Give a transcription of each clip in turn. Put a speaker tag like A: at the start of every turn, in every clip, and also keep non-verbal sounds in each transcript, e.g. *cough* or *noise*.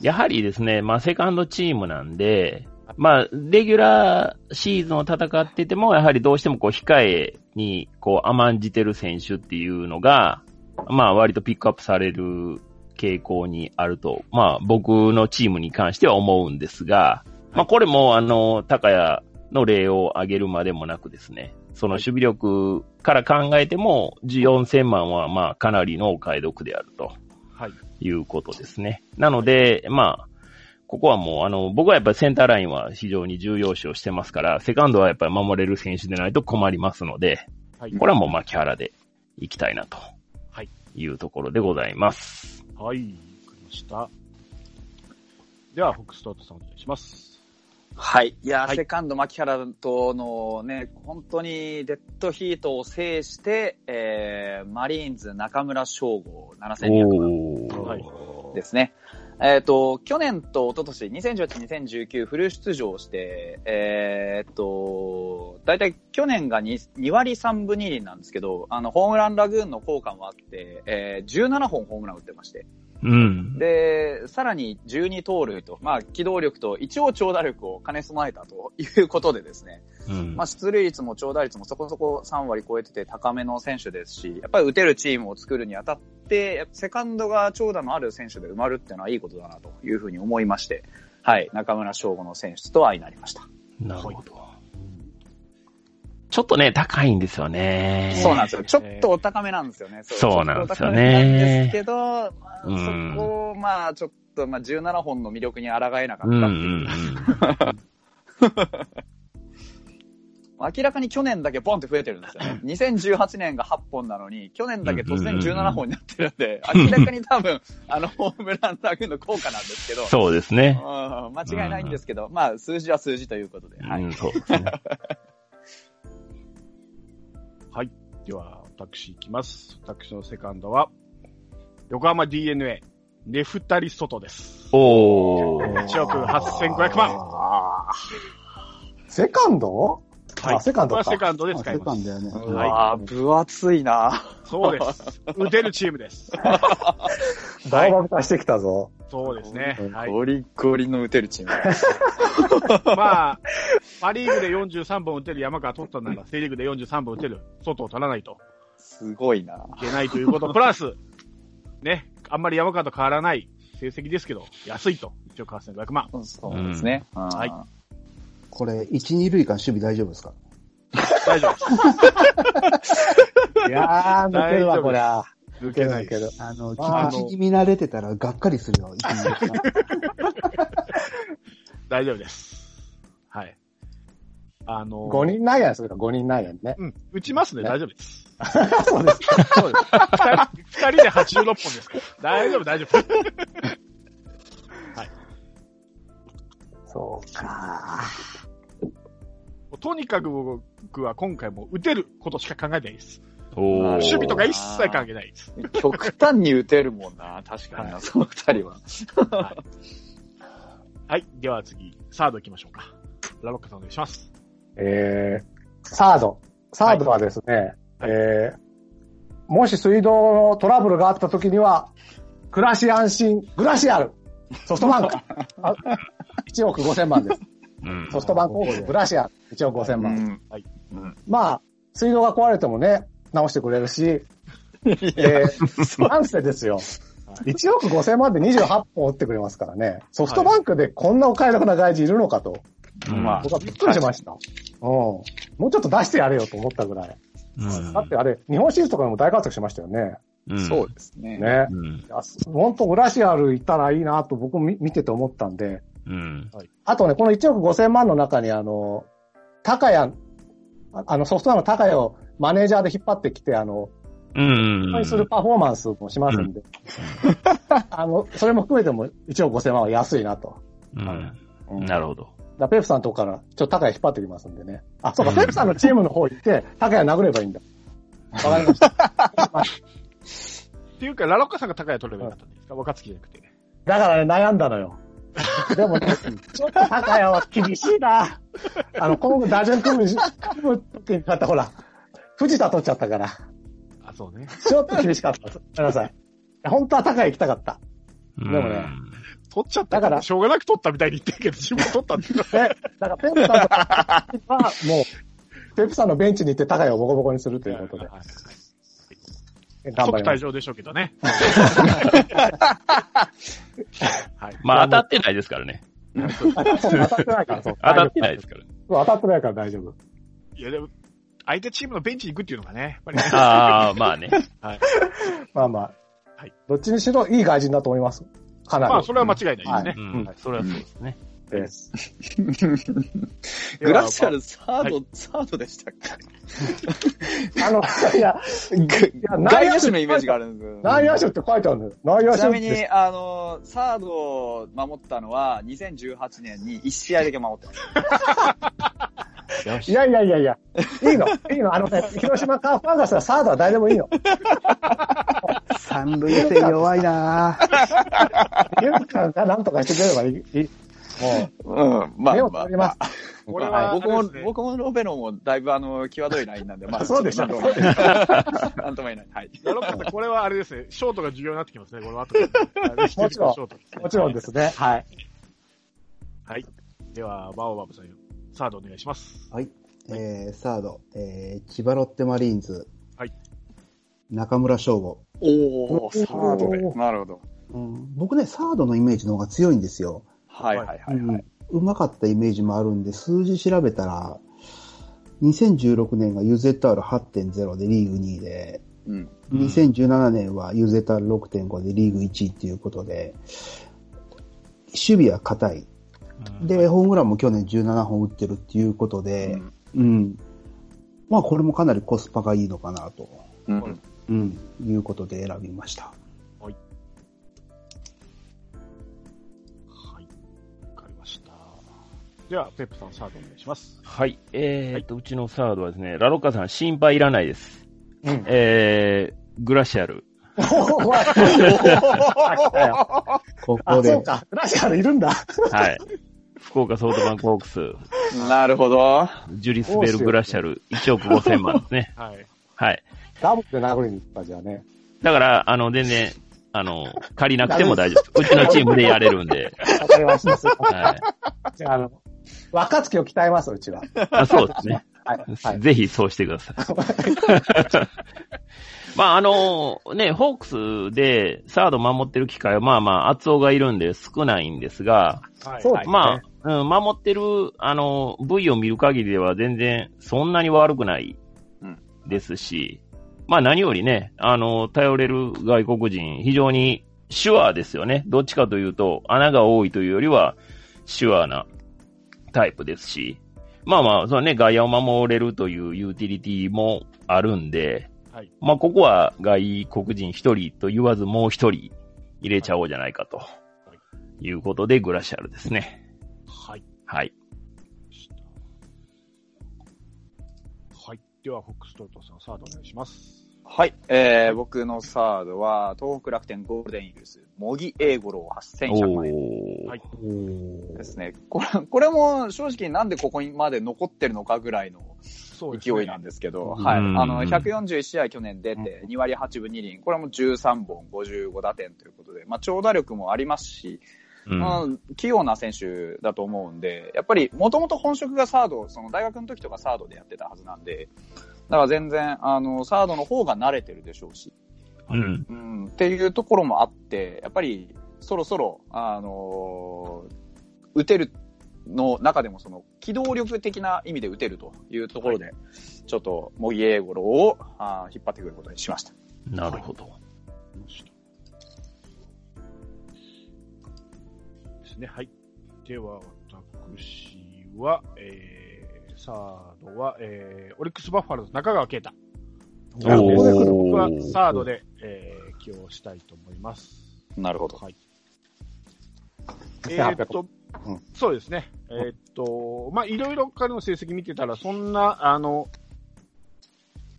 A: やはりですね、まあ、セカンドチームなんで、まあ、レギュラーシーズンを戦ってても、やはりどうしてもこう、控えに、こう、甘んじてる選手っていうのが、まあ、割とピックアップされる傾向にあると、まあ、僕のチームに関しては思うんですが、まあ、これも、あの、高谷の例を挙げるまでもなくですね、その守備力から考えても、4000万は、まあ、かなりのお買い得であると。
B: はい。
A: いうことですね。なので、まあ、ここはもう、あの、僕はやっぱりセンターラインは非常に重要視をしてますから、セカンドはやっぱり守れる選手でないと困りますので、
B: はい。
A: これはもう牧原でいきたいなと。
B: はい。
A: いうところでございます。
B: はい。わかりました。では、フォックストートさんお願いします。
C: はい。いやー、
B: はい
C: セカンド、牧原とのね、本当にデッドヒートを制して、えー、マリーンズ中村翔吾7200万
A: おー。
B: はい
C: ですね。えっ、と、去年と一昨年2018、2019フル出場して、えっ、と、だいたい去年が 2, 2割3分2厘なんですけど、あの、ホームランラグーンの効果もあって、えー、17本ホームラン打ってまして、
A: うん。
C: で、さらに12盗塁と、まあ、機動力と一応長打力を兼ね備えたということでですね、
A: うん
C: まあ、出塁率も長打率もそこそこ3割超えてて高めの選手ですし、やっぱり打てるチームを作るにあたって、やっぱセカンドが長打のある選手で埋まるっていうのはいいことだなというふうに思いまして、はい、中村翔吾の選出と相なりました。
A: なるほど。ちょっとね、高いんですよね。
C: そうなんですよ。ちょっとお高めなんですよね。
A: そうなんですよね
C: ちょっとお高めなんですけど、ま
A: うん
C: あ、そこを、まあ、ちょっと、まあ、17本の魅力に抗えなか
A: う
C: っ
A: んう
C: たっていうん明らかに去年だけボンって増えてるんですよね。2018年が8本なのに、去年だけ突然17本になってるんで、明らかに多分、 *laughs* あの、ホームランダーグの効果なんですけど
A: うん。、そうですね。
C: うん間違いないんですけど、まあ、数字は数字ということで、は
A: う
C: い。
A: ん、そうですね。
B: はい。では、私行きます。私のセカンドは、横浜 DNA、ネフタリソトです。
A: お
D: *laughs*
A: ー。
B: 1億8500万。
D: あーセカンド
B: はい
D: あセカンド
B: これは
D: か。
B: セカンドで使います
D: あセカンドだよね。
B: はいう
C: わあ分厚いな
B: そ
A: *laughs*
B: うです。打てるチームです。
D: バーバー化してきたぞ。
B: そうですね。はい。
C: ゴリゴリの打てるチーム。
B: まあ、パリーグで43本打てる山川取ったなら、セリーグで43本打てる、外を取らないと
C: すごいない
B: けないということ。プラス、ね、あんまり山川と変わらない成績ですけど、安いと。1億8500万。
C: そうですね。はい
E: これ、1、2塁間守備大丈夫ですか
B: 大丈夫です。
E: いやー、抜けるわ、こりゃ。
B: 抜
E: 抜け
B: け
E: な
B: ないい
E: け
B: けど
E: ど。。あの、
B: まあ
E: 気持ちに見慣れてたらがっかりするよ、一二 *laughs* 塁間
B: 大丈夫です。はい。あのー
D: 5人内野にするか、5人内野にね。
B: うん。打ちますね、大丈夫です。
D: *laughs* そうです。
B: そうです。二人で86本ですから。大丈夫、大丈夫。
D: そうか。
B: もうとにかく僕は今回もう打てることしか考えてないです。
A: おー。
B: 守備とか一切関係ないです。
C: 極端に打てるもんな確かにな、その二人は。
B: はい。では次、サード行きましょうか。ラロッカさんお願いします。
D: えー、サード。サードはですね、えー、もし水道のトラブルがあった時には、暮らし安心、グラシアル、ソフト *laughs* バンク、あ1億5千万です。
A: うん
D: ソフトバンクホークス、グラシアル、1億5千万。
B: はい
D: まあ、水道が壊れてもね、直してくれるし、えー、なんせですよ。1億5千万で28本打ってくれますからね。ソフトバンクでこんなお買い得な外人いるのかと。
A: うん
C: まあ
D: 僕はびっくりしました。うん。もうちょっと出してやれよと思ったぐらい。
A: うん
D: だってあれ、日本シリーズとかでも大活躍しましたよね。
A: うん
C: そうですね。
D: ね。
A: うん。
D: いや本当、裏シアルいたらいいなと僕も見見てて思ったんで。
A: うん。
D: あとね、この1億5千万の中にあの、高谷、ああの、ソフトバンクの高谷をマネージャーで引っ張ってきて、あの、
A: うん。
D: するパフォーマンスもしますんで。あの、それも含めても1億5千万は安いなと。
A: うん。
D: うん
A: なるほど。
D: だからペープさんのとこから、ちょっと高谷引っ張ってきますんでね。あ、そうか、ペープさんのチームの方行って、高谷殴ればいいんだ。わかりました。
B: っていうか、ラロッカさんが高い取ればよかったんですか若月じゃなくて。
D: だからね、悩んだのよ。でもね、ちょっと高谷は厳しいな。あの、今後打順組む、組む時になったほら、藤田取っちゃったから、
B: あ、そうね。
D: ちょっと厳しかった。ごめんなさい。本当は高谷行きたかった。
A: で
D: もね
B: 取っちゃったか、
D: だからら
B: しょうがなく取ったみたいに言ってるけど、自分取ったって。
D: ね、だからペプさんとは、もう、ペプさんのベンチに行って高いをボコボコにするということで、
B: はい
D: 頑張
B: *laughs* 即
D: りま
B: 退
D: す。
B: 場でしょうけど
D: *laughs*
B: ね。はい。
A: まあ当たってないですからね。
D: 当たってないから、そう。
A: 当たってないですから。
D: 当たってないから大丈夫。
B: いや、でも、相手チームのベンチに行くっていうのがね、やっ
D: *laughs*
B: ぱりね、
A: ああ、まあね。
D: まあまあ。
B: はい
D: どっちにしろいい外人だと思います。かなり。
B: まあ、それは間違いないです
D: は
B: ね
D: い。
A: うん。それはそうですね。
D: です。
C: グラシャ
B: で
C: ル、サー
B: は
C: ド、サードでしたっけ
D: あの、いや、
C: 外野手のイメージがあるんですよ
D: 内野手って書いてあるんだよ。内野手
C: ちなみ
D: って
C: に、あの、サードを守ったのは、2018年に1試合だけ守ってます。
D: いやいやいやいや、いいの、いいの、あのね、広島カープファンがしたらサードは誰でもいいの。
E: 三塁線弱いなぁ。
D: ユーカがなんとかしてくれればいい。いいも
C: うん、
D: う、
C: まあ
D: 目を
C: まあ
D: 取ります。
B: す。これ
C: まあ
B: は、
C: 僕も
B: あれです、ね
C: 僕もロベロもだいぶあの、際どいラインなんで、まあ、
D: そうでした
C: なんとも言えない *laughs* なんとも言えない。はい。
B: なるほどこれはあれですね、ショートが重要になってきますね、こ
D: *laughs*
B: の後。も。
D: もちろんもちろんですすね。はい。
B: はい。では、バオバブさんよ、サードお願いします。
E: はい。えー、サード、えー、千葉ロッテマリーンズ。
B: はい。
E: 中村翔吾。
C: お
D: ーサードで
C: なるほど。
E: うん、僕ね、サードのイメージの方が強いんですよ。
C: はいはいはい。
E: うんうまかったイメージもあるんで、数字調べたら、2016年が UZR8.0 でリーグ2位で、
C: うん。
A: うん
E: 2017年は UZR6.5 でリーグ1位っていうことで、守備は硬い。で、ホームランも去年17本打ってるっていうことで、うん。まあこれもかなりコスパがいいのかなと、
C: うん
E: うん、いうことで選びました。
B: はい。わかりました。では、ペップさん、サードお願いします。
A: はい。えーっと、うちのサードはですね、ラロッカさん心配いらないです。
D: うん。
A: えー、グラシャル。
E: こ
D: あ、
E: こ
D: そう
E: で、
D: か。グラシアルいるんだ。
A: はい。福岡ソフトバンクホークス、
C: なるほど。
A: ジュリスベル・グラシャル、1億5千万ですね。
B: はい。
A: はい。
D: ダブルで殴りに行ったじゃあね。
A: だから、あの、全然、あの、借りなくても大丈夫です。うちのチームでやれるんで。
D: わかりました。
A: はい。
D: じ *laughs* ゃあ、あの、若月を鍛えます、うちは。 *laughs*
A: あそうですね。
D: はい。は
A: *laughs*
D: い。
A: ぜひそうしてく
D: *laughs*
A: ださい。まああの、ね、ホークスでサード守ってる機会はまあまあ、厚尾がいるんで少ないんですが、
B: はい。
D: そう
B: はい
D: ですね
A: まあ、うん、守ってる、あの、部位を見る限りでは全然そんなに悪くない
C: うん
A: ですし、まあ何よりね、あの、頼れる外国人、非常にシュアーですよね。どっちかというと、穴が多いというよりは、シュアーなタイプですし、まあまあ、そのね、外野を守れるというユーティリティもあるんで、
B: はい
A: まあここは外国人一人と言わずもう一人入れちゃおうじゃないかと。いうことで、グラシャルですね。
B: はい。
A: はい。
B: はい。では、ホックストロートさん、サードお願いします。
C: はい。えー、僕のサードは、東北楽天ゴールデンイーグルス、茂木英五郎8100万円。
A: お
B: は
A: ー
B: い。
C: ですね。これ、これも正直なんでここにまで残ってるのかぐらいの
B: そ
C: 勢いなんですけど、
A: うん
C: はい。あ
A: う
C: の、
A: ん
C: 141試合去年出て、2割8分2厘、これも13本、55打点ということで、まあ、長打力もありますし、
A: うん
C: まあ器用な選手だと思うんで、やっぱり、もともと本職がサード、その大学の時とかサードでやってたはずなんで、だから全然、あの、サードの方が慣れてるでしょうし、
A: うん。
C: うん、っていうところもあって、やっぱりそろそろ、あのー打てるの中でもその機動力的な意味で打てるというところで、ちょっと茂木英五郎をあー引っ張ってくることにしました。
A: なるほど。
B: ですね。はい。では、私は、えー、サードは、えー、オリックスバファローズ中川圭太。
D: なるほどね
B: 僕は
A: おー
B: サードで、えー、起用したいと思います。
C: なるほど。
B: はい。え
D: 2800
B: ーっと
D: うん、
B: そうですね。えーっと、まあ、いろいろ彼の成績見てたら、そんな、あの、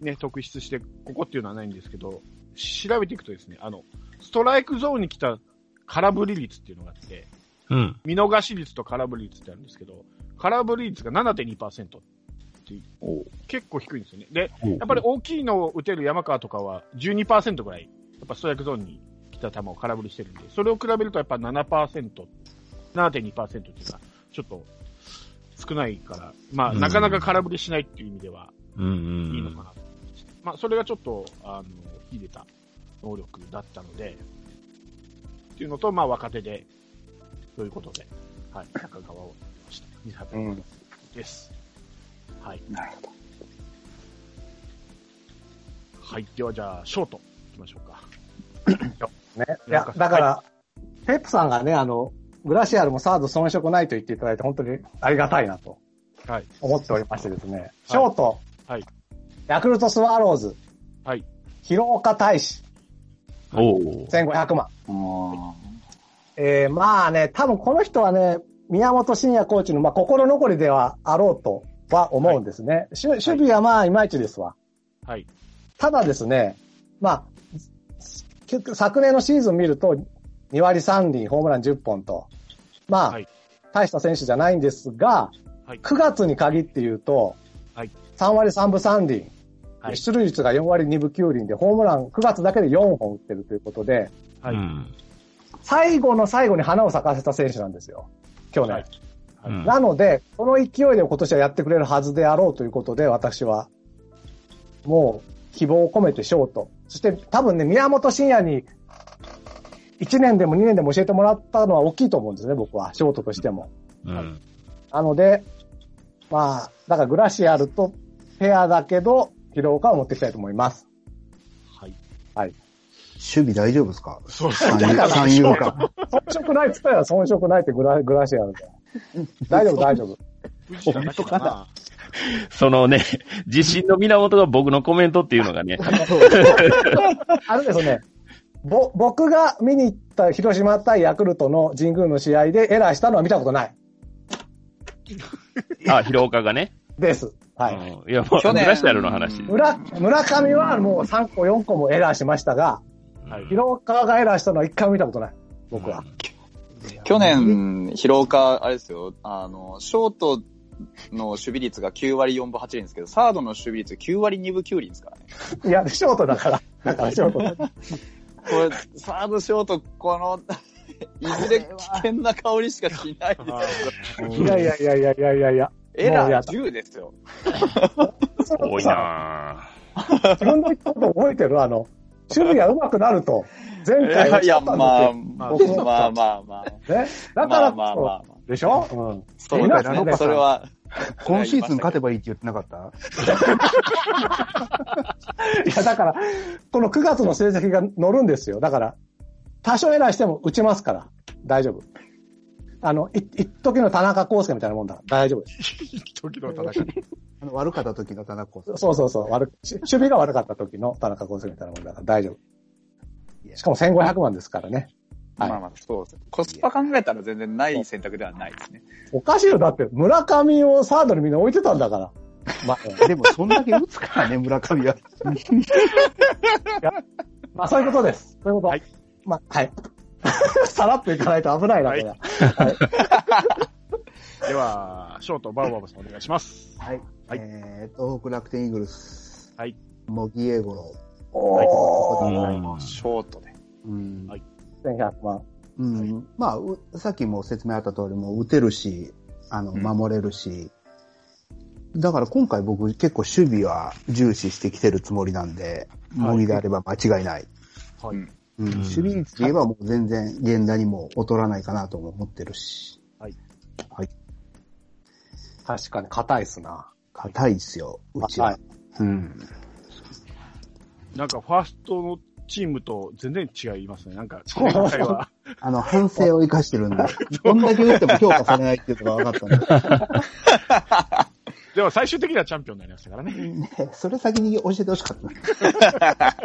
B: ね、特筆して、ここっていうのはないんですけど、調べていくとですね、あの、ストライクゾーンに来た空振り率っていうのがあって、
A: うん。
B: 見逃し率と空振り率ってあるんですけど、空振り率が7.2%っていう結構低いんですよね。で、やっぱり大きいのを打てる山川とかは12%ぐらい、やっぱストライクゾーンに来きた球を空振りしてるんで、それを比べるとやっぱ7%、7.2%っていうのは、ちょっと少ないから、まあ、
A: うん
B: なかなか空振りしないっていう意味では
A: うんうん。
B: いいのかなと、まあ、それがちょっと、あの、秀でた能力だったので、っていうのと、まあ、若手で、ということで、はい、中川を取りました。西畑
D: うん。
B: です。はい。
C: なるほど。
B: はい。では、じゃあ、ショート、いきましょうか。
D: ね。いや、だから、ペップさんがね、あの、グラシアルもサード遜色ないと言っていただいて、本当にありがたいなと
B: はい。
D: 思っておりましてですね。ショート、
B: はい。
D: ヤクルトスワローズ、
B: はい。
D: 広岡大使、
A: おお。
D: 1500万。
C: あ
D: えー、まあね、多分この人はね、宮本慎也コーチの、まあ、心残りではあろうとは思うんですね。しゅ守備はまあ、いまいちですわ。
B: はい。
D: ただですね、まあ、結局昨年のシーズン見ると、2割3厘、ホームラン10本と、まあ、
B: はい
D: 大した選手じゃないんですが、
B: はい
D: 9月に限って言うと、
B: はい
D: 3割3分3厘、
B: はい
D: 出塁率が4割2分9厘で、ホームラン9月だけで4本打ってるということで、
B: はい。
A: うん。
D: 最後の最後に花を咲かせた選手なんですよ、去年。
B: はいはい
A: うん
D: なので、この勢いで今年はやってくれるはずであろうということで、私は、もう、希望を込めてショート。そして、多分ね、宮本慎也に、1年でも2年でも教えてもらったのは大きいと思うんですね、僕は。ショートとしても。
A: うん。
D: なので、まあ、だからグラシアルとペアだけど、広岡を持っていきたいと思います。
B: はい。
E: 守備大丈夫ですか
B: そうです
E: 三遊三遊間。
D: 遜色ないって言ったら遜色ないってグラグラシアルで。大丈夫、大丈夫。
B: 藤田だけかな。
A: そのね、 *laughs* 自信の源が僕のコメントっていうのがね、
D: あのですね、ぼ、僕が見に行った広島対ヤクルトの神宮の試合でエラーしたのは見たことない。
A: あ、広岡がね。
D: です。はい。
A: うんいや、もう、
C: 去年
A: 出したるの話。
D: 村、村上はもう3個4個もエラーしましたが、
B: はい
D: 広岡がエラーしたのは一回も見たことない。僕は。
C: 去年、広岡、あれですよ、あの、ショートの守備率が9割4分8厘ですけど、サードの守備率9割2分9厘ですからね。
D: いや、ショートだ
C: *laughs*
D: から。だからショートだから。
C: これ、サード、ショート、こ
D: *laughs*
C: の、いずれ危険な香りしかしないですよ。
D: いやいやいやいやいやいやいや。
C: *laughs* エ
D: もうや
C: ラ
D: だ
C: ー10ですよ。
A: 多いな
D: 自分の言ったこと覚えてるあの、守備が上手くなると。前
C: い
D: 回
C: やいや、まあ、まあ
B: ま
D: あ
C: まあまあまあ。
D: ね。だから
C: まあまあま
D: こ
C: あまあ。
D: そ、でしょ
C: そうです
D: なん
C: ね。
D: か
C: それは、
E: 今シーズン勝てばいいって言ってなかった
D: うん。いや、だから、この9月の成績が乗るんですよ。だから、多少エラーしても打ちますから、大丈夫。あの、い、一時の田中康介みたいなもんだから、大丈夫です。
B: 時の戦い。
E: あの悪かった時の田中さん。
D: そうそうそう、悪く、し守備が悪かった時の田中康介みたいなもんだから、大丈夫。しかも1500万ですからね。はい
C: まあまあ、そうです。コスパ考えたら全然ない選択ではないですね。
D: おかしいよ、だって、村上をサードにみんな置いてたんだから。まあ、 *laughs*
E: でも、そんだけ打つからね、村上は。
D: まあ、そういうことです。そういうこと。
B: はい
D: まあ、はい。 *laughs* さらっといかないと危ないな、これは。
B: では、ショート、バウバブさんお願いします。
E: はい。
B: はい
E: えー、東北楽天イーグルス。
B: はい。
E: 茂木英五郎。
D: お
A: ぁ
D: ー、
C: ショートで。
E: うん
B: はい
D: 1100万。
E: うん。まあ、うさっきも説明あった通り、もう打てるし、あの、
A: うん
E: 守れるし。だから今回僕結構守備は重視してきてるつもりなんで、
B: はい
E: 茂木であれば間違いない。
B: はい
E: うん
A: ん
E: 守備率で言えばもう全然源田にも劣らないかなとも思ってるし、
D: 確かに硬いっすな。
E: 硬いですよ、うちは。
D: はい
E: うん。
B: なんか、ファーストのチームと全然違いますね。なんか、今回は。
E: あの、反省を生かして *laughs* るんで、どんだけ打っても評価されないっていうのが分かったん
B: でも最終的にはチャンピオンになりましたからね。
E: で、ねそれ先に教えてほしかった。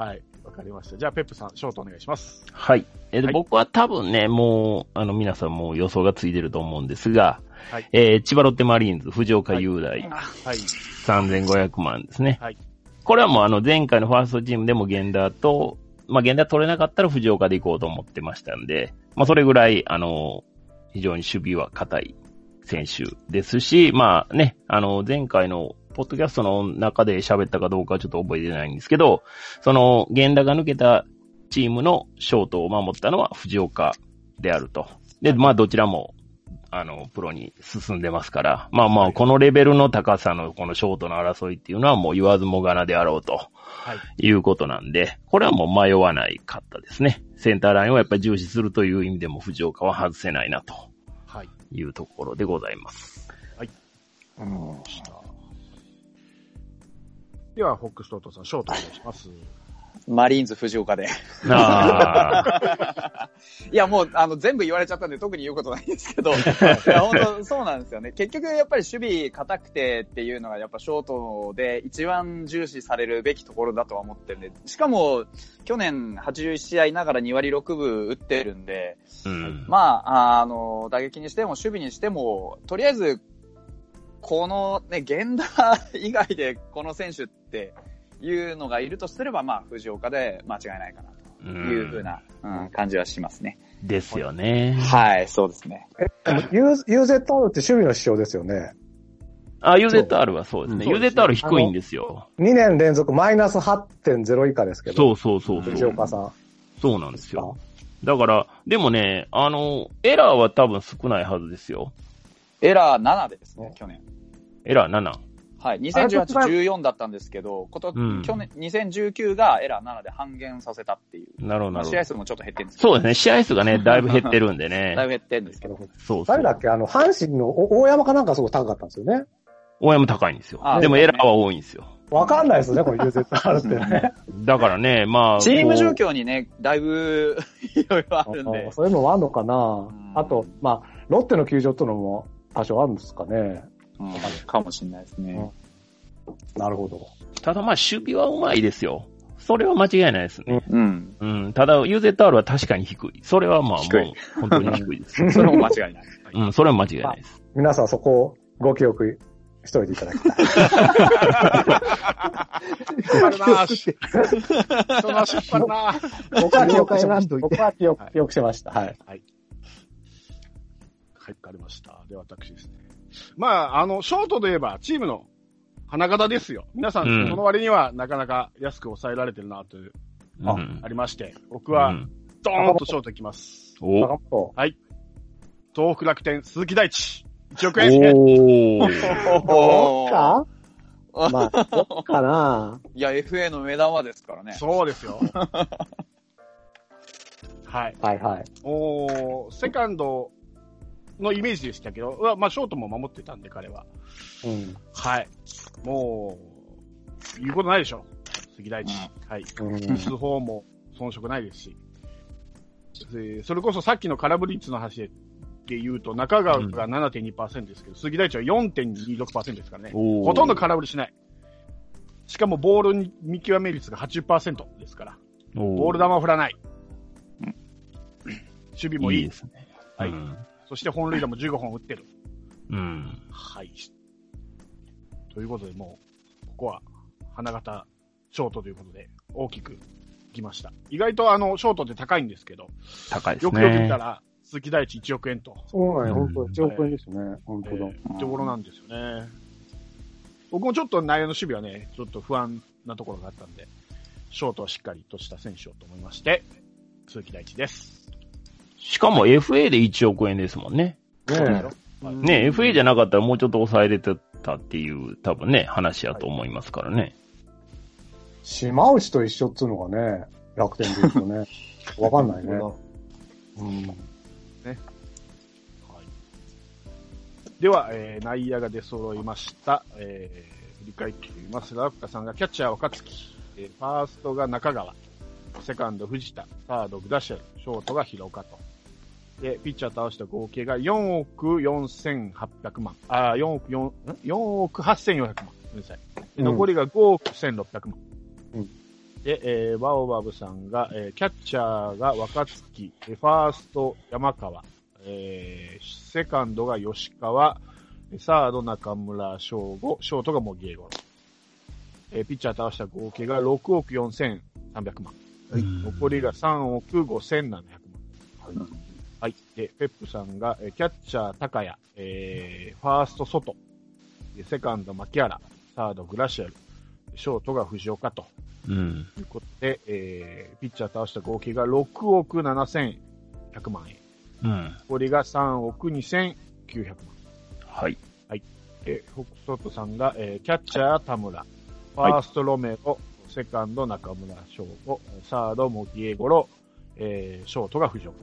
B: はい。わかりました。じゃあ、ペップさん、ショートお願いします。
A: はい。えっ
B: は
A: と、
B: い
A: 僕は多分ね、もう、あの、皆さんもう予想がついてると思うんですが
B: はい、
A: えー千葉ロッテマリーンズ、藤岡雄大、
B: はい。
A: 3500万ですね。
B: はい
A: これはもう、あの、前回のファーストチームでも源田と、まあ、源田取れなかったら藤岡で行こうと思ってましたんで、まあ、それぐらい、あの、非常に守備は硬い選手ですし、まあね、あの、前回のポッドキャストの中で喋ったかどうかはちょっと覚えてないんですけど、その、源田が抜けたチームのショートを守ったのは藤岡であると。で、まあ、どちらも、あの、プロに進んでますから、まあまあ、このレベルの高さのこのショートの争いっていうのはもう言わずもがなであろうと、い、うことなんで、これはもう迷わないかったですね。センターラインをやっぱり重視するという意味でも藤岡は外せないなと
B: はい。
A: いうところでございます。
E: うん
B: では、ホックストートさん、ショートお願いします。
C: マリーンズ藤岡で。
A: あ
C: *laughs*
A: あ、
C: いや、もう、あの、全部言われちゃったんで、特に言うことないんですけど、いや、本当そうなんですよね。結局、やっぱり守備硬くてっていうのが、やっぱショートで一番重視されるべきところだとは思ってるんで、しかも、去年81試合ながら2割6分打ってるんで、
A: うん。
C: まあ、あの、打撃にしても守備にしても、とりあえず、このね、源田以外でこの選手っていうのがいるとすれば、まあ、藤岡で間違いないかな
A: う
C: というふうな、うん、感じはしますね。
A: ん。ですよね。
C: はい、そうですね。
D: UZR って守備の指標ですよね。
A: あ、UZR はそうですね。
B: そうですね
A: UZR 低いんですよ。
D: 2年連続マイナス8.0以下ですけど。
A: そうそうそう
D: 藤
A: そう。
D: 岡さん。
A: そうなんですよ。だから、でもね、あの、エラーは多分少ないはずですよ。
C: エラー7ですね、去年。
A: エラー7。
C: はい、
D: れ
C: 2018、14だったんですけど、こと、
A: うん
C: 去年、2019がエラー7で半減させたっていう。
A: なるほど、
C: ま
A: なるほ
C: あ、試
A: ど
C: 合。数もちょっと減ってるんですけ
A: そ
C: ど、
A: うですね。試合数が
B: *laughs*
A: ね、だいぶ減ってるんでね
C: だい。ぶ減ってるんですけど。
A: そうそう
D: 誰だっけあの、阪神のお大山かなんかすごい高かったんですよね。
A: 応援も高いんですよ
C: あ。
A: でもエラーは多いんですよ。
D: わかんないですね、これ UZR ってね。
A: だからね、まあ。
C: チーム状
A: こ
C: 況にね、だいぶ *laughs* いろいろあるんで
D: *laughs* あ。そういうのもあんのか
C: ん
D: なあと、まあ、ロッテの球場ってのも多少あるんですかね。
C: うんかもしれないですね。
D: なるほど。
A: うただまあ、守備はうまいですよ。それは間違いないですね。
C: うん。
A: うん。ただ、UZR は確かに低い。それはまあ、も、
C: 低いう
A: 本当に低いです。
C: それも間違いない。
A: うん、それは間違いないです。
D: 皆さんそこをご記憶しといていただきたい。 *laughs*
B: 引っ張るなぁ。人の足引っ張るなぁ。
D: 僕は記憶しまし
E: 了解な
D: た。
E: んと言って
D: 僕は記憶記憶しました。はい。
B: はい、わかりました。で、私ですね。まあ、あの、ショートで言えば、チームの花形ですよ。皆さん、
A: うん
B: その割には、なかなか安く抑えられてるな、という、
A: うん。
B: ありまして、僕
A: う
B: は、
A: ん
B: ドーンとショートいきます。
A: お
D: 坂本。
B: 東北楽天、鈴木大地、1億円。
A: おー。
D: どう
C: おー
D: かまあ、どうかない
C: や、FA の目玉ですからね。
B: そうです
D: *laughs*
B: よ。はい。
D: はいはい。
B: おーセカンドのイメージでしたけど、うわまあ、ショートも守ってたんで、彼は。
D: うん。
B: はい。もう、言うことないでしょ。杉大地。はい。
D: うん
B: 打つ方も遜色ないですし。でそれこそさっきの空振り率の話で言うと、中川が7.2%ですけど、杉大地は4.26%ですからね。
A: おー
B: *laughs* ほとんど空振りしない。しかもボールに見極め率が80%ですから、ボール球を振らない。守備もいい。
A: ですね。
B: は
A: はいい。
B: そして本塁打も15本打ってる。
A: うん。
B: はい。ということで、もう、ここは、花形、ショートということで、大きくいきました。意外と、あの、ショートって高いんですけど、
A: 高いです
B: よ
A: ね。
B: くよく見たら、鈴木大地1億円と、
D: そうね、
A: うん
D: 本当1億円ですね。本
B: え
D: 当だ。
B: ー、ところなんですよね。僕もちょっと内野の守備はね、ちょっと不安なところがあったんで、ショートはしっかりとした選手をと思いまして、鈴木大地です。
A: しかも FA で1億円ですもんね。
D: ねえ。
B: はい
A: ね、FA じゃなかったらもうちょっと抑えれてたっていう、多分ね、話やと思いますからね。
D: 島内と一緒っつうのがね、楽天で言うと *laughs* ね、わかんないね。うん。
B: はい、では、えー内野が出揃いました。えー振り返ってみます。ラフカさんがキャッチャー若月、えーファーストが中川、セカンド藤田、サードグダシェル、ショートが広岡と。で、ピッチャー倒した合計が4億4800万。あー、4億4、ん ?4 億8400万。ごめんなさい。で
D: うん
B: 残りが5億1600万。
D: うん
B: で、えー、バオバブさんが、えーキャッチャーが若月、えーファースト山川、えーセカンドが吉川、サード中村翔吾、ショートが茂木英五郎。えーピッチャー倒した合計が6億4300万。
E: はい
B: 残りが3億5700万。はい。で、ペップさんが、えーキャッチャー高谷、えーファースト外、でセカンド牧原、サード、グラシアル、ショートが藤岡と
A: うん。
B: いうことで、えー、ピッチャー倒した合計が6億7100万円。
A: うん。
B: これが3億2900万。
A: はい。
B: で、フォックストロットさんが、えーキャッチャー田村、ファーストロメロ、セカンド中村翔吾、サード茂木栄五郎、えーショートが藤岡。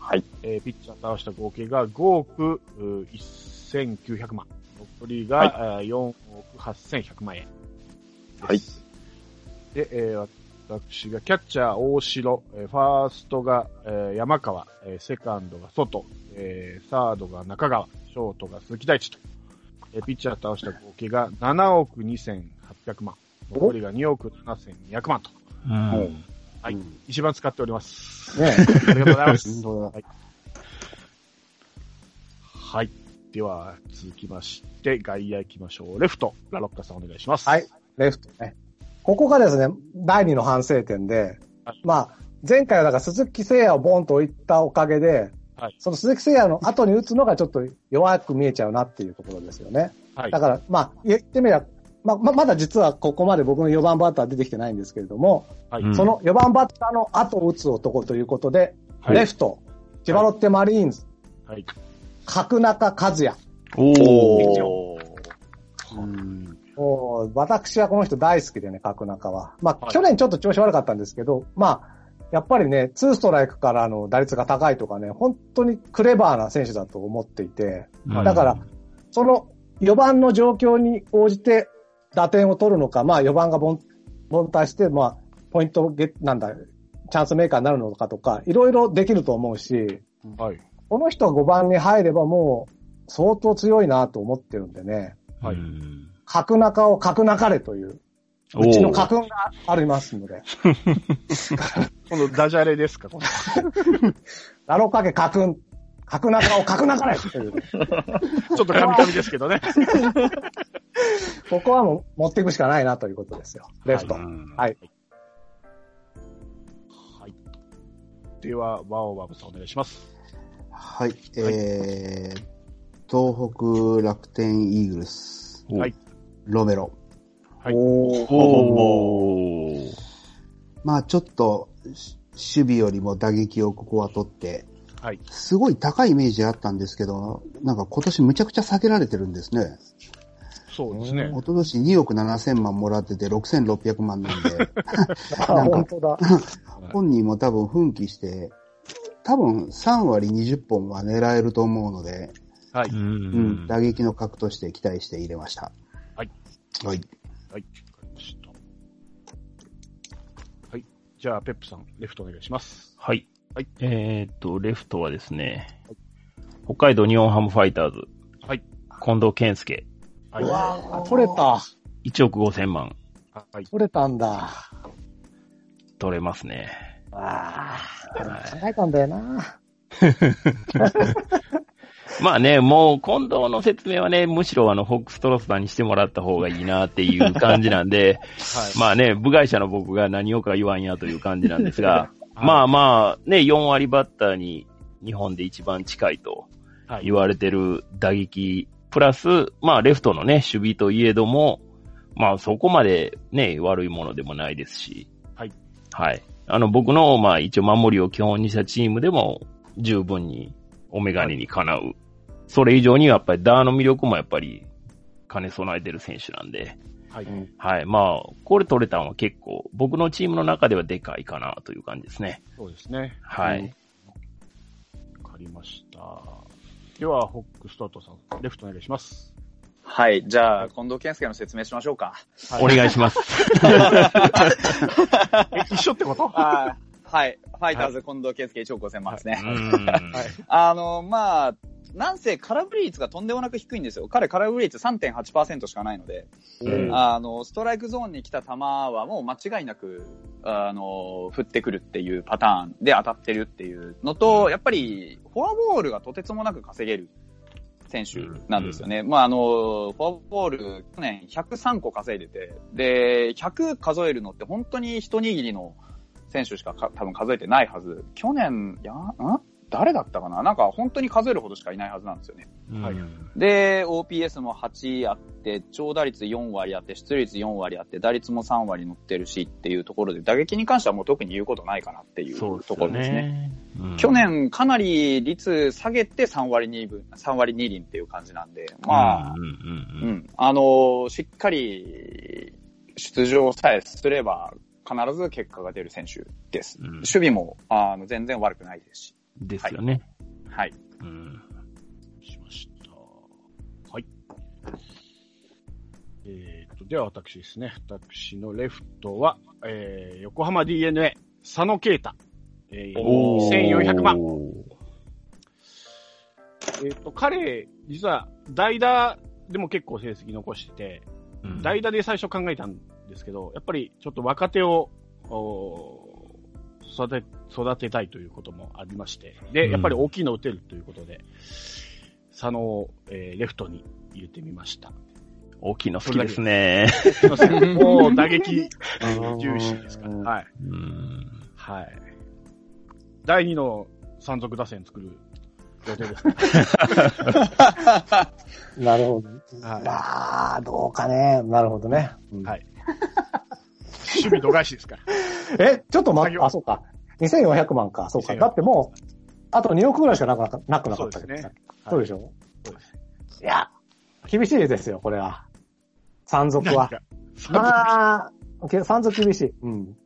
C: はい。
B: えーピッチャー倒した合計が5億うー1900万。残りが、
C: はい
B: えー4億8100万円です。
C: はい
B: で、えー私がキャッチャー大城、えーファーストが、えー山川、えーセカンドが外、えーサードが中川、ショートが鈴木大地と、えーピッチャー倒した合計が7億2800万。残りが2億7200万と、
A: うん。
B: はい
E: うん
B: 一番使っております。
E: ね
D: *laughs*
B: ありがとうござい
A: *laughs*
B: ま
E: え。
B: す。
E: 本
B: はい。では、続きまして、外野行きましょう。レフト、ラロッカさんお願いします。
D: はい。レフトね。ここがですね、第二の反省点で
B: はい、
D: まあ、前回はだから鈴木誠也をボンと置いたおかげで、
B: はい
D: その鈴木誠也の後に打つのがちょっと弱く見えちゃうなっていうところですよね。
B: はい。
D: だから、まあ、言ってみれば、まあ、ままだ実はここまで僕の4番バッターは出てきてないんですけれども、
B: はい
A: うん
D: その4番バッターの後を打つ男ということで、
B: はい
D: レフト、千葉ロッテマリーンズ、
B: はい。
D: 角中和也。
A: おー。
E: 当だ。うん。
D: もう、私はこの人大好きでね、角中は。まあ、
B: はい
D: 去年ちょっと調子悪かったんですけど、まあ、やっぱりね、ツーストライクからの打率が高いとかね、本当にクレバーな選手だと思っていて、
A: うん
D: だから、その4番の状況に応じて打点を取るのか、まあ4番が凡凡退して、まあ、ポイントゲッなんだ、チャンスメーカーになるのかとか、いろいろできると思うし、
B: はい。
D: この人が5番に入ればもう相当強いなと思ってるんでね。
B: はい
A: うん
D: 角中を角中れという、
A: お
D: うちの
A: ー。
D: 角がありますので、
B: このダジャレですかこの
D: ラロカケ角、角中を角中れという、
B: ちょっと噛み噛みですけどね。
D: ここはもう持っていくしかないなということですよ、 *laughs* レフト。
A: うん
D: はい。
B: はい。では、ワオワブさんお願いします。
E: はい。えー、東北楽天イーグルス、
B: はい。
E: ロメロ。
B: はい
E: おー
A: おー。
E: まあちょっと、し守備よりも打撃をここは取って、
B: はい。
E: すごい高いイメージあったんですけど、なんか今年むちゃくちゃ下げられてるんですね。
B: そうですね
E: 一。昨年2億7千万もらってて6600万なんで、
D: あ本当だ。
E: 本人も多分奮起して、多分3割20本は狙えると思うので、
B: はい。
A: うん
E: 打撃の核として期待して入れました。
B: はい。
E: はい。
B: はい。わかりました。はい。じゃあ、ペップさん、レフトお願いします。
A: はい。
B: はい
A: えーっと、レフトはですね、北海道日本ハムファイターズ、
B: はい。
A: 近藤健介、
B: はい。
D: う
B: は
D: わあ取れた。
A: 1億5千万
B: い。
D: 取れたんだ。
A: 取れますね。
D: ああ、考えたんだよな。
A: まあね、もう近藤の説明はね、むしろあの、ホックストロスさんにしてもらった方がいいなっていう感じなんで、
B: はい。
A: まあね、部外者の僕が何をか言わんやという感じなんですが、まあまあ、ね、4割バッターに日本で一番近いと
B: あ、はい
A: 言。われてる打撃、プラス、まあ、レフトのね、守備といえども、まあ、そこまでね、悪いものでもないですし、
B: はい。
A: はい。あの、僕の、まあ、一応守りを基本にしたチームでも、十分に、お眼鏡にかなう。それ以上に、やっぱり、ダーの魅力もやっぱり、兼ね備えてる選手なんで、
B: はい。
A: はい。まあ、これ取れたのは結構、僕のチームの中ではでかいかなという感じですね。
B: そうですね。
A: はい。
B: わかりました。では、ホックストロットさん、レフトお願いします。
C: はい。じゃあ、近藤健介の説明しましょうか。
B: はい
A: お願いします。
B: *laughs* え、一緒ってこと
C: あーはい。ファイターズ近藤健介1億5000万ですね。
A: は
C: あの、まあ、なんせ空振り率がとんでもなく低いんですよ。彼空振り率3.8%しかないので、
A: うん
C: あの、ストライクゾーンに来た球はもう間違いなく、あの、振ってくるっていうパターンで当たってるっていうのと、やっぱり、フォアボールがとてつもなく稼げる選手なんですよね。まあ、あの、フォアボール、去年103個稼いでて、で、100数えるのって本当に一握りの選手しかか多分数えてないはず。去年、や、ん誰だったかななんか本当に数えるほどしかいないはずなんですよね。
B: はい
A: うん
C: で、OPS も8あって、長打率4割あって、出率4割あって、打率も3割乗ってるしっていうところで、打撃に関してはもう特に言うことないかなっていう
A: そうです
C: とこ
A: よ
C: ろですね。
A: ね。うん
C: 去、年かなり率下げて3割2分、3割2厘っていう感じなんで、まあ、
A: うんう
C: うん
A: う
C: ん、
A: んうん
C: あのーしっかり出場さえすれば、必ず結果が出る選手です。
A: うん
C: 守備も、あの、全然悪くないですし。
A: ですよね。
C: はい。
A: うん
B: しました。はい。えー、と、では私ですね。私のレフトは、えー、横浜 DNA、佐野啓太。えー、
A: お
B: 1400万。えー、と、彼、実は、代打でも結構成績残してて、
A: うん
B: 代打で最初考えたんですけど、やっぱりちょっと若手を、おー育て、育てたいということもありまして、
A: う
B: で、
A: ん
B: やっぱり大きいの打てるということで、佐野を、えーレフトに入れてみました。
A: 大きいの好きですね。
B: すいません。もう打撃重視ですから。
E: うん
B: はい。
A: うん
B: はい。第2の山賊打線作る予定ですね。
D: なるほど。
B: は
D: まあ、どうかね。なるほどね。うん
B: はいい。守備度外視ですから。
D: え、ちょっと待
B: 作
D: って、
B: 業
D: あ、そうか。2400万か。そうか。
B: 2400
D: だってもう、あと2億ぐらいしかなくなかなくなかったけどね。
B: そ
D: そうう
B: はい
D: でしょ
B: そうです
D: いや、厳しいですよ、これは。山賊
B: なん
D: は。
B: か山
D: まあ、け山賊厳しい。うん。
B: 賊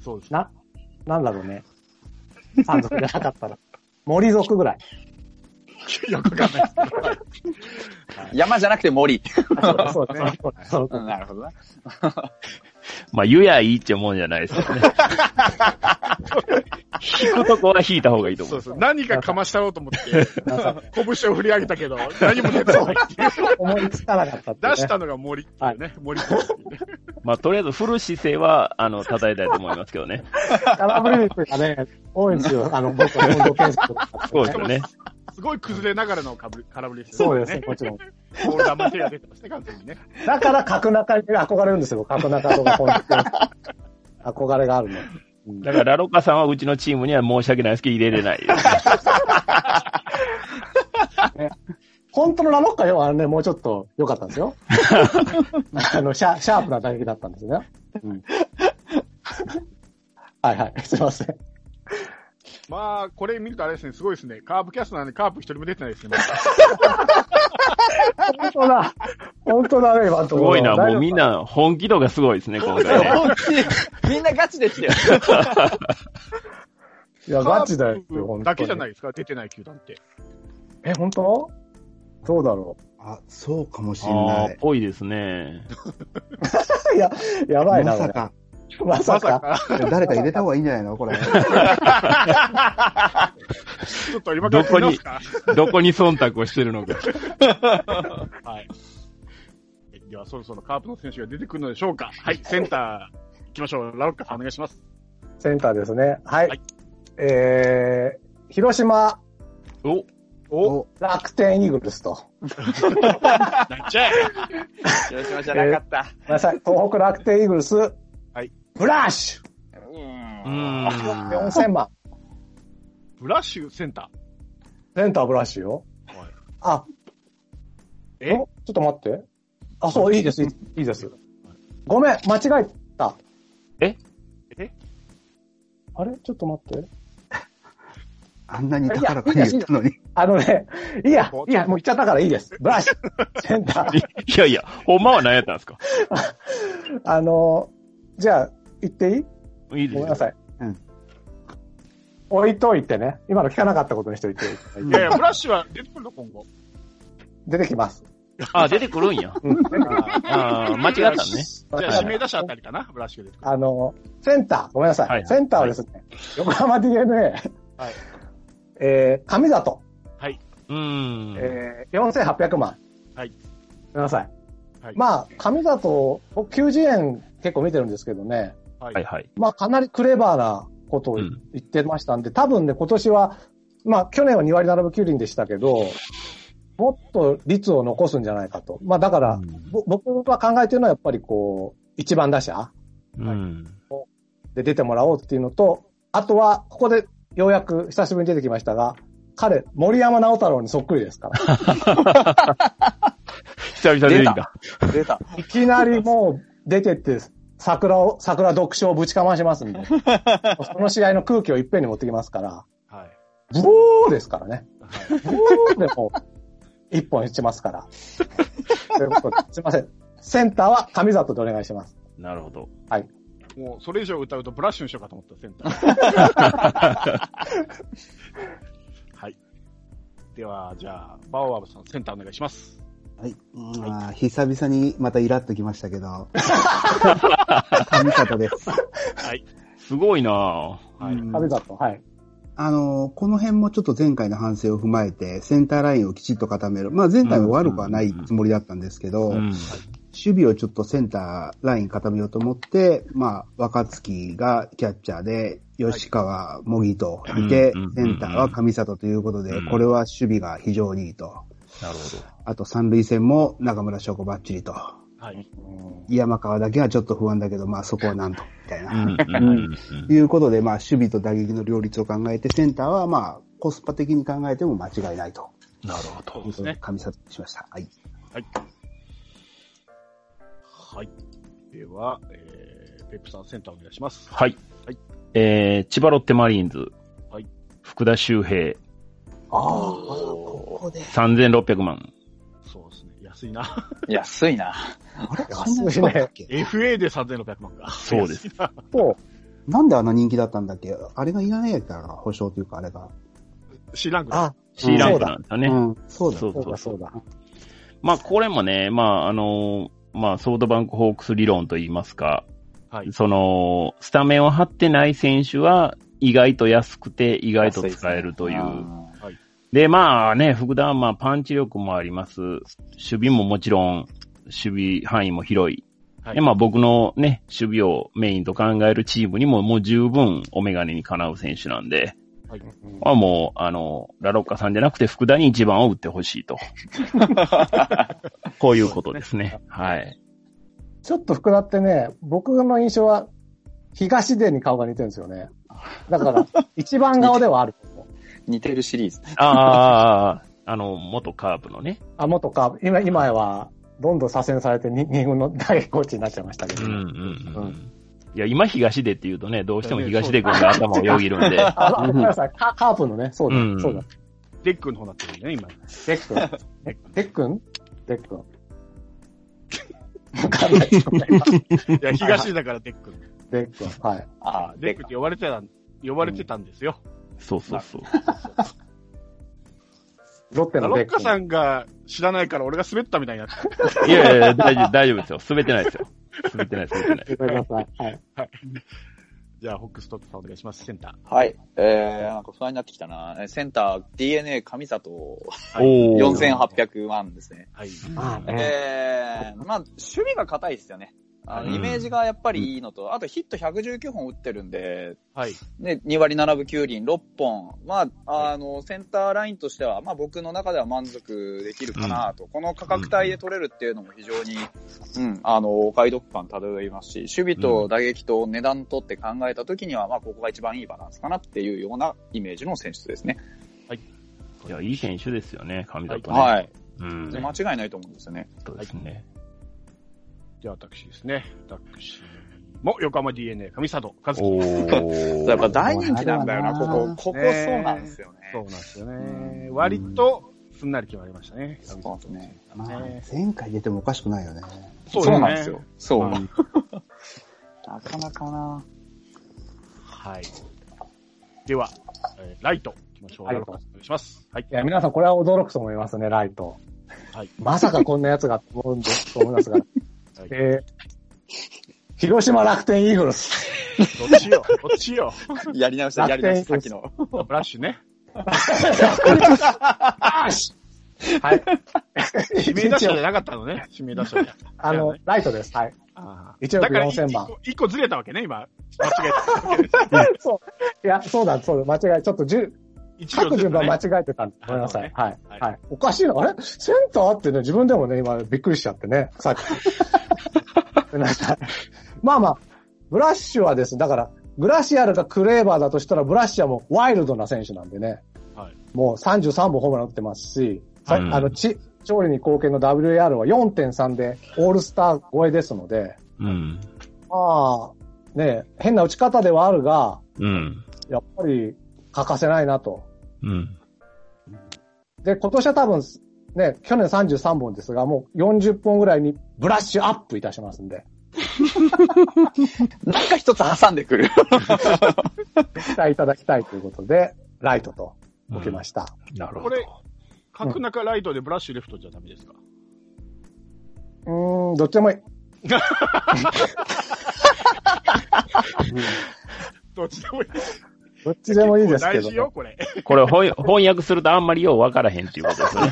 B: そうですね。
D: な、なんだろうね。山賊じゃなかったら。森族ぐらい。
B: よくわかんないです。
C: 山じゃなくて森。 *laughs*
D: あそうだそうだそう
C: うん
D: だ
C: なるほどな。
A: まあ、言やいいってもんじゃないですよね。引くとこは引いた方がいいと思
B: そう
A: う。
B: そう。何かかましたろうと思って、
D: なんか
B: 拳を振り上げたけど、何も出て
D: *laughs*
B: こないっていう。
D: 思いつかなかったっていう
B: 出
D: ね
B: したのが森っていうね。森っていうね
A: まあ、とりあえず振る姿勢は、あの、叩いたいと思いますけどね。
D: 空振り率がね、多いんですよ。あの、僕は本土建設とかね
A: そうですよね。
B: すごい崩れながらのかぶ空振りです
D: そう
B: よ
D: で
B: ね。
D: す、もちろん。
B: す。ボール球手が出てますね、完全にね。
D: だから、角中に憧れるんですよ。角中とか本当に、憧れがあるの。
A: だから、ラロカさんはうちのチームには申し訳ないですけど、入れれ *laughs* ない。
D: 本当のラロッカよ、あのね、もうちょっと良かったんです *laughs* よ。あの、シャシャープな打撃だったんですよね。うんはいはい、すいません。
B: まあ、これ見るとあれですね、すごいですね。カープキャストなんでカープ一人も出てないですね。
D: 本当だ。本当だね、今の
A: す
D: ところ
A: ごいな、もうみん。
D: 大丈
A: な本気度がすごいですね、今回ね。
C: 本気みんなガチで来てる。
D: 夫いや、ガチだよ、
B: カープ
D: 本当に
B: だけじゃないですか、出てない球団って。
D: え、本当どうだろ
E: あ、そうかもしれ
A: ああ
E: な
A: ー、
E: い。
A: ぽいですね。
D: う。いや、やばいな、
E: ま
D: こ
E: さ
D: れ。
E: か。
D: まさ
B: まさ
D: か。
E: 誰か入れた方がいいんじゃないの
D: *laughs*
E: これ。
B: ちょっと今から
A: どこに
B: 見ます
A: *laughs*
B: か
A: どこに忖度をしてるのか。
B: はい。では、そろそろカープの選手が出てくるのでしょうか。はい、センター行きましょう。ラロッカさんお願いします。
D: センターですね。はい。
B: はい
D: えー、広島、
A: お、
B: お、
D: 楽天イーグルスと。
B: なんちゃい。
C: 広島じゃなかった。
D: ごめんなさい、東北楽天イーグルス。はいブラッシュ
C: う
A: うー
C: ん。
A: ん。
D: !4000 万。
B: ブラッシュセンタ
D: センターブラッシュよ。
B: ー。はい、
D: あ、
B: え
D: おちょっと待って。あ、そう、いいです、いいいいです。ごめん、間違えた。
A: え
B: え
D: あれちょっと待って。
E: あんなに高らかに言ったのに。
D: あのね、 *laughs* いいや、いいや、もう行っちゃったからいいです。ブラッ *laughs* シュ、センター。
A: いやいや、ほんまは何やったんですか
D: あの、じゃあ、行っていい
A: いいです
D: ごめん
A: よ
D: な。さい。
E: うん
D: 置いといてね。今の聞かなかったことにしておいて。
B: いやいや、ブラッシュは出てくるの今後。
D: 出てきます。
A: あ、出てくるんや。
D: うん
A: あ *laughs* あ、間違ったね。
B: じゃあ、指名打者あたりかな、ブラッシュが出てくる。
D: あの、センター、ごめんなさい。
A: はいはい
D: センターはですね、横浜 DNA、
B: はい
D: えー、上里、
A: うーん。
D: えー、4800万。
B: はい。
D: ごめんなさい。
B: はい
D: まあ、上里、僕90円結構見てるんですけどね、
B: はい
A: はいはい。
D: まあ、かなりクレバーなことを
A: う
D: 言
A: ん
D: ってましたんで、多分ね、今年は、まあ、去年は2割並ぶ9厘でしたけど、もっと率を残すんじゃないかと。まあ、だから、ぼ僕が考えてるのはやっぱりこう、一番打者
A: うん。
D: で出てもらおうっていうのと、あとは、ここでようやく久しぶりに出てきましたが、彼、森山直太郎にそっくりですから。
A: 久々に出てきた。
C: 出た。
D: いきなりもう出てって、桜を、桜読書をぶちかましますんで。その試合の空気をいっぺんに持ってきますから、
B: はい。
D: ブオーですからね。ブオーでもう、一本打ちますから。ということで、すいません。センターは上里でお願いします。
A: なるほど。
B: もう、それ以上歌うとブラッシュにしようかと思った、センター。
A: *laughs*
B: はい。では、じゃあ、バオアブさん、センターお願いします。
E: はい。まあ、久々にまたイラっときましたけ
D: *laughs*
E: ど。神方です。
B: はい。
A: すごいな
B: はい。
E: うん
D: 上里、はい。
E: あの、この辺もちょっと前回の反省を踏まえて、センターラインをきちっと固める。まあ前回も悪くはないつもりだったんですけど、
A: ぁ。うん。
E: 守備をちょっとセンターライン固めようと思って、まあ若月がキャッチャーで、吉川、茂木といて
A: うんうんうんうん、
E: センターは上里ということで
A: うん、
E: これは守備が非常にいいと。
A: なるほど。
E: あと三塁線も中村翔子バッチリと。
B: はい。
E: 山川だけはちょっと不安だけど、まあそこはなんと、みたいな。
A: うんうんうんうん
E: ということで、まあ、守備と打撃の両立を考えて、センターは、まあ、コスパ的に考えても間違いないと。
A: なるほど。
B: そうですね。
E: 神里にしました。はい。
B: はい。はい。では、えー、ペップさん、センターお願いします。
A: はい。
B: はい
A: えー、千葉ロッテマリーンズ。
B: はい
A: 福田周平、
C: おー
A: 3600万。
B: そうですね。安いな。 *laughs*
C: 安いな。
E: あれ
D: 安いね。
E: け
B: FA で3600万か。
A: そうです
B: 安いな。
D: と、
E: なんであんな人気だったんだっけあれがいらないやから、保証というか、あれが。
B: C ランクだ。
D: あ、
A: C ランクなんですよね。
E: うん。そうだ。
A: そう
D: そう
A: そう
D: だ
A: そ
D: そうう。だ。
A: まあ、これもね、まあ、あのーまあ、ソードバンクホークス理論と言いますか、
B: はい。
A: その、スタメンを張ってない選手は、意外と安くて、意外と使えるという。
C: あ
A: で、まあね、福田はまあパンチ力もあります。守備ももちろん、守備範囲も広い。
B: はい
A: でまあ僕のね、守備をメインと考えるチームにももう十分お眼鏡にかなう選手なんで、
B: はい
A: まあもう、あの、ラロッカさんじゃなくて福田に一番を打ってほしいと。こういうことですね。はい。
D: ちょっと福田ってね、僕の印象は、東出に顔が似てるんですよね。だから、一番顔ではあると思う。
C: ー似てるシリーズ。
A: ああ、あの、元カープのね。
D: あ、もっとか、今、今は、どんどん左遷されてに二軍の大コーチになっちゃいましたけ
A: うん
D: ど。
A: うんう。
D: うん
A: いや、今東出って言うとね、どうしても東出君が頭をよぎるんで。
D: *laughs* あ、ごめんなさい。カカープのね、そうだ、
A: うん
D: そうだ。
B: デックの方になってるね、今。
D: デックン。えデックンデックン。わかんないですよね
B: いや、東だからデック。
D: デックン。はい。
C: ああ、
B: デッ
C: で
B: ク
C: か
B: っ。て呼ばれてた、呼ばれてたんですよ。
A: そうそうそう。
D: ロッテ
B: ラ
D: の
B: ロ
D: デ
B: ッ
D: ック
B: カ
D: ン。
B: さんが知らないから俺が滑ったみたいになって
A: いやいや、大丈夫、大丈夫ですよ。滑ってないですよ。滑ってない、滑ってない。
D: ごめんなさい。はい。
B: じゃあ、ホックストップさんお願いします、センタ
C: はい。えー、なんか不安になってきたな。えーセンター、DNA 上里、
B: ー。はい。
A: おー。
C: 4800万ですね。
B: はい。
D: まあね。
C: えー、まあ、守備が硬いですよね。あの
A: うん
C: イメージがやっぱりいいのと、あとヒット119本打ってるんで、
B: はい。
C: ね、2割7分9厘、6本。まあ、あの、センターラインとしては、まあ僕の中では満足できるかなと。この価格帯で取れるっていうのも非常に、うん、あの、お買い得感漂いますし、守備と打撃と値段とって考えた時には、まあここが一番いいバランスかなっていうようなイメージの選出ですね。
A: いや、いい選手ですよね、上里ね。い。
C: はい。
A: うん。
C: 間違いないと思うんですよね。
A: そうですね。
B: では、私ですね。私も横浜 DNA、上里和樹。
A: おー。
C: やっぱ大人気なんだよな、こ
E: そう
C: こ
E: なん。
C: ここそうなんですよね。
B: そうなんですよね。割と、すんなり決まりましたね。
C: そうなんですね。
E: まあ、前回出てもおかしくないよね。
B: そう
C: そう
B: ね
C: なんですよ。。そう。
B: は
C: なかなかな。
B: はい。では、えーライト、いきましょう。
D: は
B: ラ
D: い
B: ロッカさんお願いします。はい
D: い。や、皆さんこれは驚くと思いますね、ライト。
B: はい。
D: まさかこんな奴がと思うんです、と思いますが。
B: はい
D: えー、広島楽天イーグルス。
B: どっちよ、どっちよ。
C: *laughs* やり直した、やり直した、さっきの。
B: ブラッシュね。
D: *laughs* はい。
B: 指名打者じゃなかったのね。指名打者じゃ。
D: あの、ライトです。はい。
B: あー、
D: 一億
B: だから
D: 4000番
B: 一個一個ずれたわけね、今。間違え
D: *laughs* そう。いや、そうだ、そうだ、間違い。ちょっとじゅ、
B: た。一
D: 各
B: ずれ
D: 順
B: た
D: 番
B: ね
D: 間違えてたんです。ごめんなさい。はい。
B: はい
D: はい。おかしいな。あれセンターってね、自分でもね、今びっくりしちゃってね、さっき。ごめ *laughs* んなさい。まあまあ、ブラッシュはですね、だから、グラシアルがクレーバーだとしたら、ブラッシュはもうワイルドな選手なんでね。
B: はい。
D: もう33本ホームラン打ってますし、さ
A: うん
D: あの、ち、勝利に貢献の WAR は4.3でオールスター超えですので、
A: うん。
D: まあ、ね、変な打ち方ではあるが、
A: うん。
D: やっぱり欠かせないなと。
A: うん。
D: で、今年は多分、ね、去年33本ですが、もう40本ぐらいにブラッシュアップいたしますんで、
C: なんか一つ挟んでくる。
D: 期待いただきたいということで、ライトと置きました。
A: なる
B: こ
A: ほど。
B: れ、角中ライトでブラッシュレフトじゃダメですか
D: うーん、どっちでもいい。
B: どっちでもいい。
D: どっちでもいいですけ
B: 大
D: ど
B: 事、よ、これ。
A: これ翻翻訳するとあんまりようわからへんっていうことですね。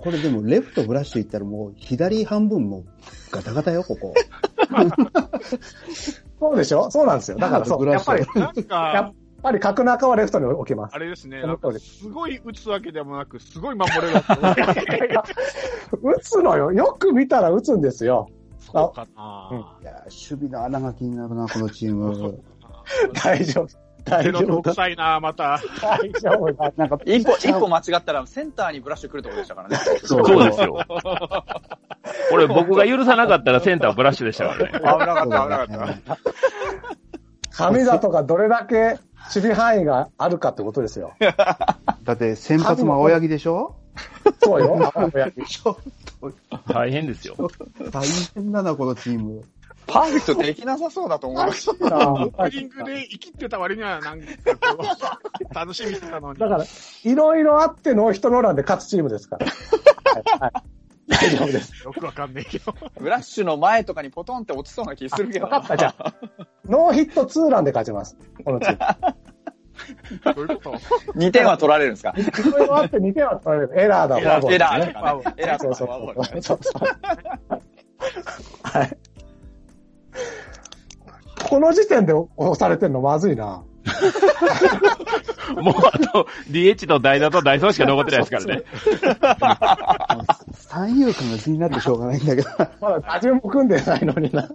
E: これでも、レフトブラッシュいったらもう、左半分もガタガタよ、ここ。
D: そうでしょそうなんですよ。だからそ
E: ブ
D: う。
E: ラ
D: や
E: ッ
D: っ
E: シュ
D: ぱり、
B: なん
D: *laughs* やっ
B: か、
D: ぱり角中はレフトに置きます
B: あ。れですね、
D: そ
B: な
D: の
B: ん
D: 通り
B: か
D: です
B: ごい打つわけでもなく、すごい守れるわけでもなく
D: *laughs* 打つのよ。よく見たら打つんですよ。
B: そうかな、
E: いやー、守備の穴が気になるな、このチーム。
D: 大丈夫。大
B: ゼ
D: 丈
B: ロと
D: 夫だ。
B: 臭いな、また。
D: 大丈夫だ。
E: なんか、
C: 一歩、一歩間違ったらセンターにブラッシュ来るところでしたからね。
E: そ
A: そうですよ。これ僕が許さなかったらセンターブラッシュでしたからね。
B: 危なかった、危なかっ
E: った。
D: 神里がどれだけ守備範囲があるかってことですよ。
E: だって、先発も青柳でしょ
D: そう *laughs* よ。
E: ちょ
A: 大変ですよ。
E: 大変だな、このチーム。
C: パーフェクトできなさそうだと思います。
B: オープニングで生きってた割には、なんかこう、楽しみしてたのに。
D: だから、いろいろあってノーヒットノーランで勝つチームですから。はいはい大丈夫です。
B: よくわかんないけど。
C: ブラッシュの前とかにポトンって落ちそうな気す *laughs* るけど
D: 分かった、じゃあ。ノーヒットツーランで勝ちます。このチーム。
B: どういうこと
C: 2点は取られるんですか
D: いろいろあって2点は取られる。エラーだ、
C: エラ
D: フォ
C: ー、エ
D: アボ
C: ラ
D: ール
C: ー
D: ね
C: とかね。エラーと
D: そう
C: か
D: そ
C: フォアボー
D: う
C: ルとかね
D: そう。はい。この時点で押されてんのまずいな。
A: もうあと DH と代打とダイソーしか残ってないですからね。
E: 三遊間が気になってしょうがないんだけど。
D: まだ打順も組んでないのにな。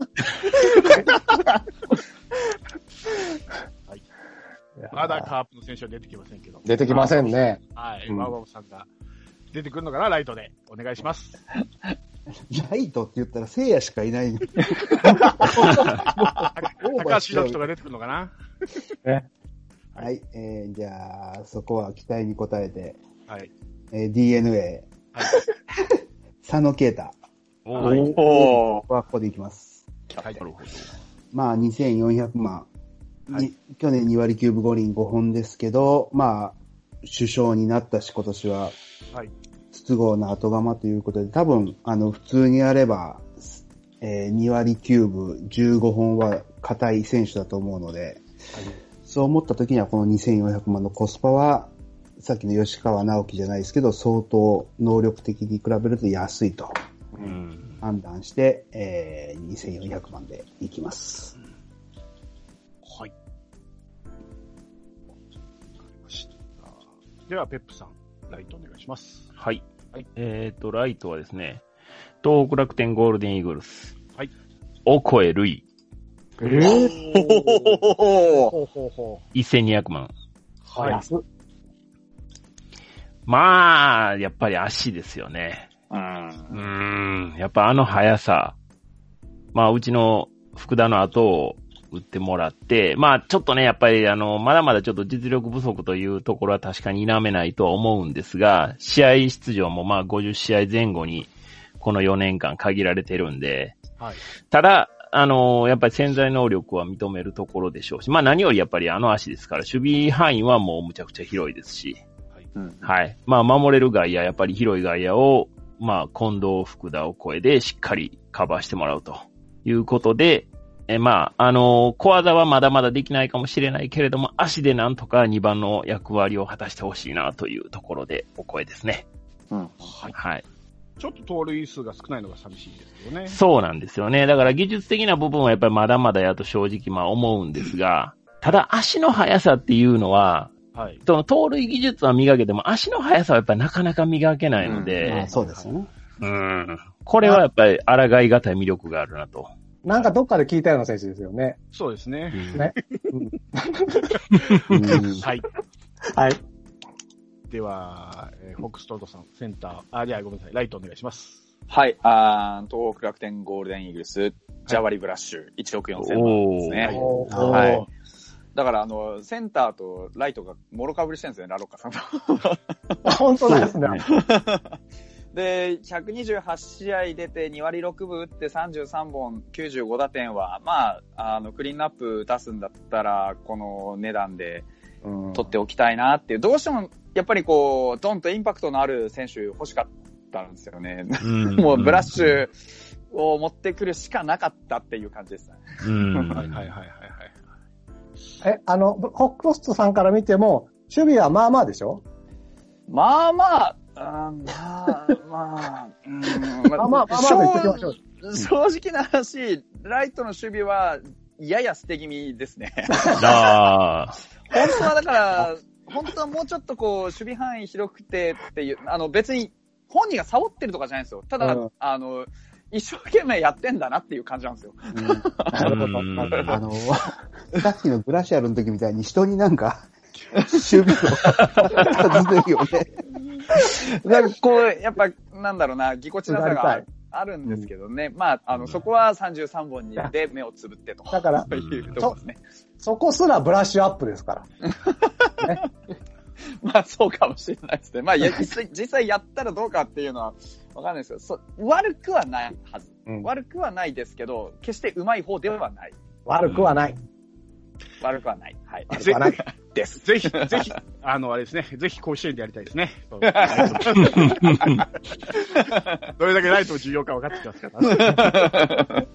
B: まだカープの選手は出てきませんけど。
D: 出てきませんね。
B: はい。
D: うん
B: ワーワーさんが出てくるのかな、ライトで。お願いします。
E: ライトって言ったら、聖夜しかいない。オーバ
B: 高
E: ー
B: 橋
E: しちゃう
B: 宏とか出てくるのかな
E: はい、えー、じゃあ、そこは期待に応えて、
B: はい。
E: えー、DNA、
B: はい。
E: 佐野啓太。
A: お
B: は
A: ー
B: い
C: おー
E: ここはここでいきます。
B: はい
A: なるほど。
E: まあ、2400万。に
B: はい
E: 去年2割9分5厘5本ですけど、まあ、首相になったし、今年は
B: はい。
E: 筒合の後釜ということで、多分、あの、普通にやれば、えー2割9分15本は硬い選手だと思うので、そう思った時にはこの2400万のコスパは、さっきの吉川直樹じゃないですけど、相当能力的に比べると安いと
A: うん。
E: 判断して、えー2400万でいきます。
B: はい。わかりましたでは、ペップさん、ライトお願いします。
A: はい
B: はい。
A: えっと、ライトはですね、東北楽天ゴールデンイーグルス。
B: はい。
A: オコエルイ、
D: えぇ、
C: おー
B: ほうほうほ
A: 1200万。
B: う。はい。
D: 安っ
A: まあ、やっぱり足ですよね。
C: うん
A: うーん、やっぱあの速さ。まあ、うちの福田の後を打ってもらって、まあ、ちょっとね、やっぱりあの、まだまだちょっと実力不足というところは確かに否めないとは思うんですが、試合出場もまあ50試合前後に、この4年間限られてるんで、
B: はい。
A: ただ、あのやっぱり潜在能力は認めるところでしょうし、まあ何よりやっぱりあの足ですから、守備範囲はもうむちゃくちゃ広いですし、
C: うん
A: はい。まあ、守れる外野、やっぱり広い外野を、まあ、近藤、福田を超えでしっかりカバーしてもらうということで、え、まあ、あの小技はまだまだできないかもしれないけれども、足でなんとか2番の役割を果たしてほしいなというところでお声ですね。
C: うん
B: はい。
A: はい。
B: ちょっと盗塁数が少ないのが寂しいですよね。
A: そうなんですよね。だから技術的な部分はやっぱりまだまだやと正直まあ思うんですが、ただ足の速さっていうのは、
B: はい。
A: その盗塁技術は磨けても足の速さはやっぱりなかなか磨けないので、
C: *laughs*
E: まあ、そうですよね。
A: うんこれはやっぱり抗いがたい魅力があるなと。
D: なんかどっかで聞いたような選手ですよね。
B: そうですね。
D: ね
E: うん
B: はい。
D: はい。
B: では、えーフォックストロートさん、センター、あ、いや、ごめんなさい、ライトお願いします。
C: はい、あー東北楽天ゴールデンイーグルス、ジャワリブラッシュ、1億4000万ですね。
B: おー
D: おー
C: はい。だから、あの、センターとライトがもろかぶりしてるんですよね、ラロッカさんと。
D: 本当ですね。
C: で、128試合出て2割6分打って33本95打点は、まあ、あの、クリーンナップ出すんだったら、この値段で取っておきたいなっていう、どうしても、やっぱりこう、ドンとインパクトのある選手欲しかったんですよね。
A: うん
C: もうブラッシュを持ってくるしかなかったっていう感じですね。
A: うん
B: はいはいはいはいはい。
D: え、あの、ホックロストさんから見ても、守備はまあまあでしょ
C: まあまあ、あーまあ、まあ、うんま
D: まあまあまあまあで言っときましょう。
C: 正直な話、ライトの守備は、やや捨て気味です
D: *laughs*
C: ね。
A: ああ。
C: 本当はだから、本当はもうちょっとこう、守備範囲広くてっていう、あの別に、本人がサボってるとかじゃないんですよ。ただ、
D: うん
C: あの、一生懸命やってんだなっていう感じなんですよ。
D: なるほど。
A: うん
D: なるほど
E: あの、さっきのグラシアルの時みたいに人になんか、守備をずるいよね。
C: なんかこう、やっぱ、なんだろうな、ぎこちなさ
D: うが
C: が
D: り
C: あるんですけどね。まあ、あの、そこは33本にで目をつぶってと。
D: だから、
C: というところですね。
D: そこすらブラッシュアップですから。
C: まあ、そうかもしれないですね。まあ、や実際実際やったらどうかっていうのは、わかんないですけど、そ悪くはないはず。
D: うん
C: 悪くはないですけど、決してうまい方ではない。
D: 悪くはない。
C: 悪くはない。はい。
D: 悪くはない。
C: です。
B: ぜひ、ぜひ、あの、あれですね、ぜひ甲子園でやりたいですね。どれだけライトの重要か分かってきますから。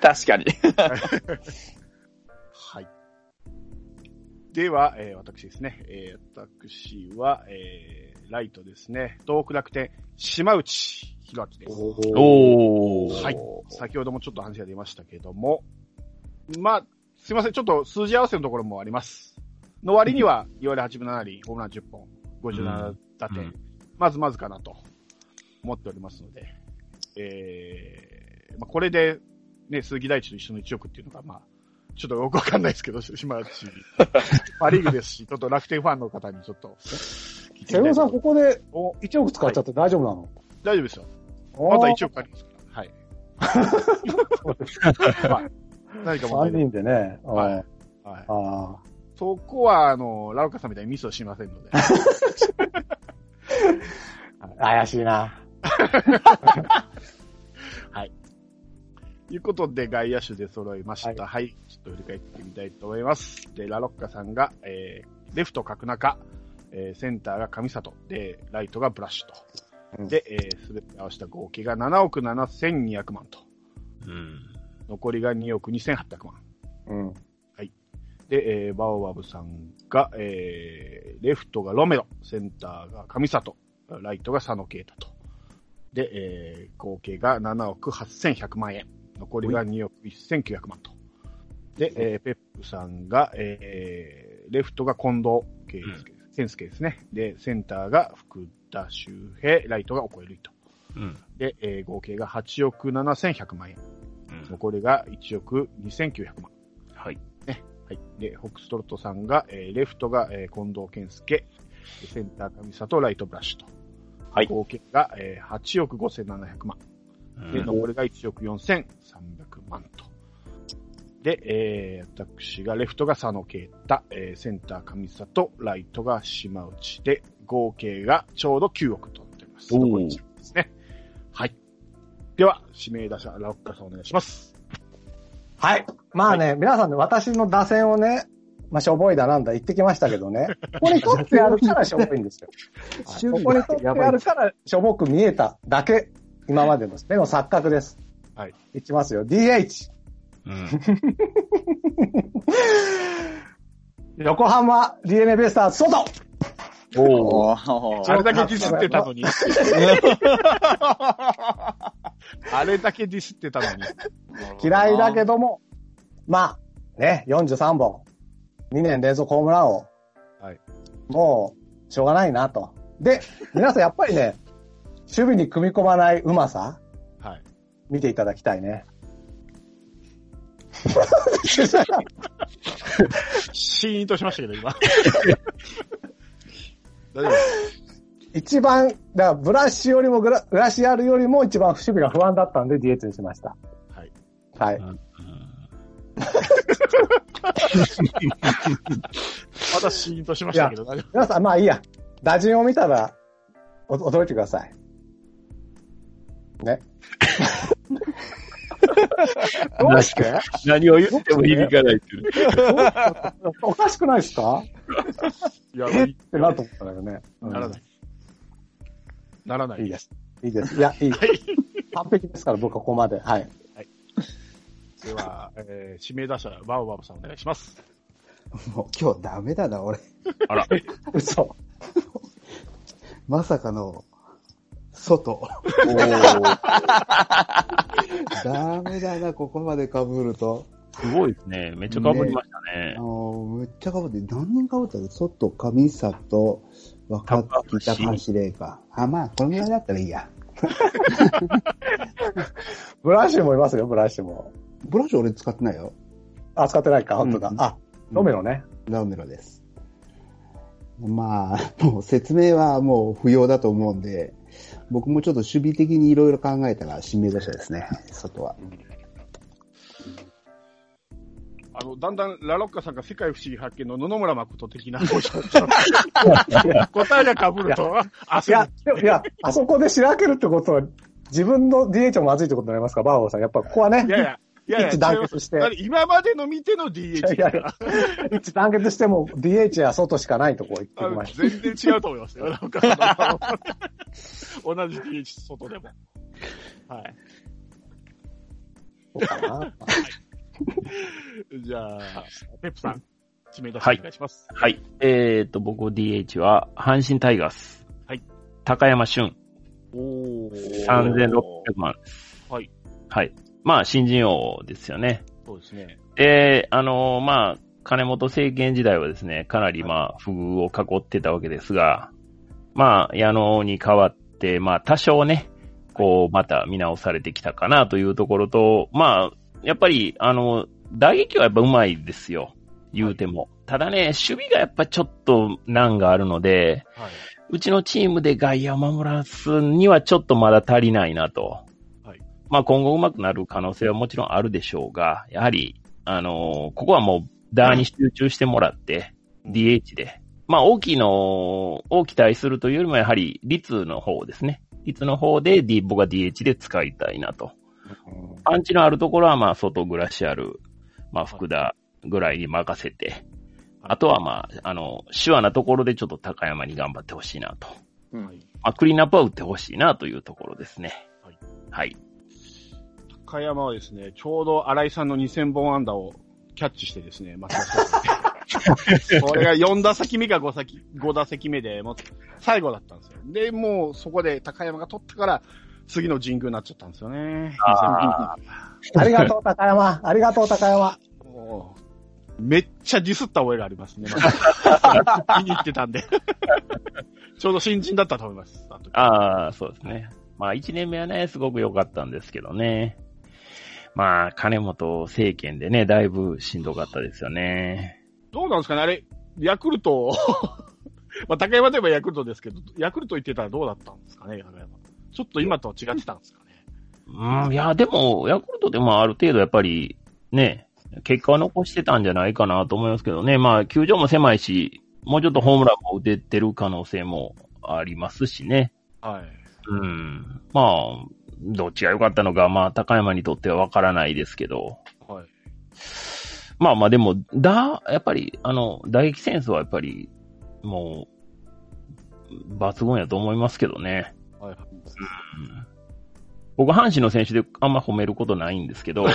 C: 確かに。
B: はい。では、えー私ですね、えー私は、えーライトですね、東北楽天、島内弘明です。
A: おー。
B: はい。先ほどもちょっと話が出ましたけども、まあ、すいません、ちょっと数字合わせのところもあります。の割には、いわゆる8分7厘、ホームラン10本、57打点、
A: うん
B: まずまずかなと思っておりますので、えー、まあ、これで、ね、鈴木大地と一緒の1億っていうのが、まあ、ちょっとよくわかんないですけど、島内、パリーグですし、ちょっと楽天ファンの方にちょっと聞いて
D: セ
B: みたいと
D: ブンさん、
B: 思い
D: ここで
B: ます、
D: 1億使っちゃって大丈夫なの
B: お大丈夫ですよ。
D: ま
B: まだ1億ありますから。はい。はい *laughs* 何か問題
D: 3
B: ない
D: 人でね。
B: はい
D: うん
B: はい。
D: あ
B: そこは、あの、ラウカさんみたいにミスをしません
D: *laughs*
B: ので。
D: あ、怪し
B: *laughs*
D: いな。
B: ということで、外野手で揃いました。はい、ちょっと振り返ってみたいと思います。で、ラロッカさんが、えー、レフト角中、えー、センターが上里、で、ライトがブラッシュと。
D: うん
B: で、えー、すべて合わせた合計が7億7200万と。
A: うん。
B: 残りが2億2800万。
D: うん。
B: で、えーバオバブさんが、えーレフトがロメロ、センターが上里、ライトが佐野啓太と。で、えー合計が7億8100万円。残りが2億1900万と。で、えーペップさんが、えーレフトが近藤圭介、健介ですね。で、センターが福田周平、ライトが小るいと。
A: うん。
B: で、えー合計が8億7100万円。残りが1億2900万。
A: はい。
B: はい。で、ホックストロットさんが、えーレフトが、えー近藤健介、センター上里、ライトブラッシュと。
C: はい
B: 合計が、えー8億5700万。
A: うん
B: で、残りが1億4300万と。で、えー私が、レフトが佐野啓太、えーセンター上里、ライトが島内で、合計がちょうど9億となっております。
A: おー
B: 残り1億ですね。はい。では、指名打者、ラオッカさんお願いします。
D: はい。まあね、皆さんね、私の打線をね、まあ、しょぼいだなんだ言ってきましたけど *laughs* ね。ここに取ってやるからしょぼいんですよ。こ
E: 守
D: こ
E: 備
D: に
E: っ
D: 取ってて
E: や
D: や
E: ばい
D: る。からしょぼく見えただけ、今までの目の錯覚です。
B: はい。
D: いきますよ。DH、
A: うん。
D: 横浜 DNA ベイスターズ、外
A: おー。
C: お
B: あ
C: ー
B: れだけディスってたのに。 *laughs* あれだけディスってたのに。
D: 嫌いだけども、まあ、ね、43本、2年連続ホームランを、
B: はい
D: もう、しょうがないなと。で、皆さんやっぱりね、守備に組み込まないうまさ、
B: はい。 *laughs*
D: 見ていただきたいね。
B: シーンとしましたけど、今。 *laughs* 大丈夫です
D: 一番、だからブラッシュよりもグラグラシアルよりも一番守備が不安だったんで DH にしました。
B: はい。
D: はい。
B: またシーンとしましたけど、大丈
D: 皆さん、まあいいや。打順を見たら、お驚いてください。ね。どうして
A: 何を言っても響かないっていう。
D: おかしくないですかっ
B: 夫いや、い
D: てなると思ったんだけどね。うん
B: ならない。ならない
D: い
B: い。
D: です。いいです。いや、いい。完璧ですから、僕はここまで。はい。
B: では、えー、指名打者、バオバブさんお願いします。
E: もう今日ダメだな、俺。
A: あら、
D: 嘘。
E: まさかの、外。ダメだな、ここまで被ると。
A: すごいですね。めっちゃ被りましたね
E: あ。のー、めっちゃ被って、何人被ったの外、上里、若月、高橋玲香。あ、まあ、このぐらいだったらいいや。
D: ブラッシュもいますよ、ブラッシュも。
E: ブラシ俺使ってないよ。
D: あ、使ってないか、本当だ。
E: うん
D: あ、ロメロね。
E: ラメロです。まあ、もう説明はもう不要だと思うんで、僕もちょっと守備的にいろいろ考えたら指名打者ですね、外は。
B: あの、だんだん、ラロッカさんが世界不思議発見の野々村誠的な *laughs* 答えが被ると、
D: い
B: 焦
D: や
B: る。、
D: でもいや、 *laughs* あそこでしらけるってことは、自分の DH もまずいってことになりますから、バーボーさん。やっぱここはね、
B: いやいや、いやいや
D: 一致団結して
B: だって今までの見ての
D: いや
B: DH
D: い
B: だ
D: や
B: か
D: いや
B: ら、
D: 一致団結しても DH や外しかないとこ行って
B: あ
D: きま
B: の
D: し
B: 全然違うと思います
D: *laughs*
B: よ、ラロッカさんの。同じ DH 外でも。はい。
D: たかな。
B: じゃあ、ペップさん、指名打者お願いします。
A: はい。えっ、ー、と、僕 DH は、阪神タイガース。
B: はい。
A: 高山俊、
B: おー
A: 3600万です。
B: はい。
A: はい。まあ、新人王ですよね。
B: そうですね。
A: で、あのーまあ、金本政権時代はですね、かなりまあ、不遇を囲ってたわけですが、まあ、矢野に代わって、まあ、多少ね、こう、また見直されてきたかなというところと、まあ、やっぱり、あの、打撃はやっぱうまいですよ。言うても。ただね、守備がやっぱちょっと難があるので、
B: はいう
A: ちのチームで外野を守らすにはちょっとまだ足りないなと。
B: はい
A: まあ今後上手くなる可能性はもちろんあるでしょうが、やはり、あのーここはもうダーに集中してもらって、DH で。まあ大きいのを期待するというよりもやはり率の方ですね。率の方で D、僕は DH で使いたいなと。パンチのあるところはまあ外グラシアル、まあ福田ぐらいに任せて、あとはまあ、あの、手話なところでちょっと高山に頑張ってほしいなと。
C: うん
B: はい
A: まあ、クリーンアップは打ってほしいなというところですね。
B: はい。
A: はい。
B: 高山はですね、ちょうど新井さんの2000本安打をキャッチしてですね、松田さ
D: *laughs*
B: んこれが4打席目か5打席 ,5 打席目で、もう最後だったんですよ。で、もうそこで高山が取ったから、次の神宮になっちゃったんですよね。
A: あ
D: ありがとう、高山。ありがとう、高山。
B: もうめっちゃディスった覚えがありますね。 *laughs* 見に行ってたんで。ちょうど新人だったと思います。あの時
A: あー、そうですね。まあ、1年目はね、すごく良かったんですけどね。まあ、金本政権でね、だいぶしんどかったですよね。
B: どうなんですかねあれ、ヤクルト、 *laughs* まあ、高山といえばヤクルトですけど、ヤクルト行ってたらどうだったんですかね、高山。ちょっと今とは違ってたんですかね。
A: うん、いや、でも、ヤクルトでもある程度やっぱり、ね、結果は残してたんじゃないかなと思いますけどね。まあ、球場も狭いし、もうちょっとホームランも打ててる可能性もありますしね。
B: はい。
A: うん。まあ、どっちが良かったのか、まあ、高山にとっては分からないですけど。
B: はい。
A: まあまあ、でも、だ、やっぱり、あの、打撃センスはやっぱり、もう、抜群やと思いますけどね。
B: はい。
A: うん、僕、阪神の選手であんま褒めることないんです
B: *laughs*
A: けど、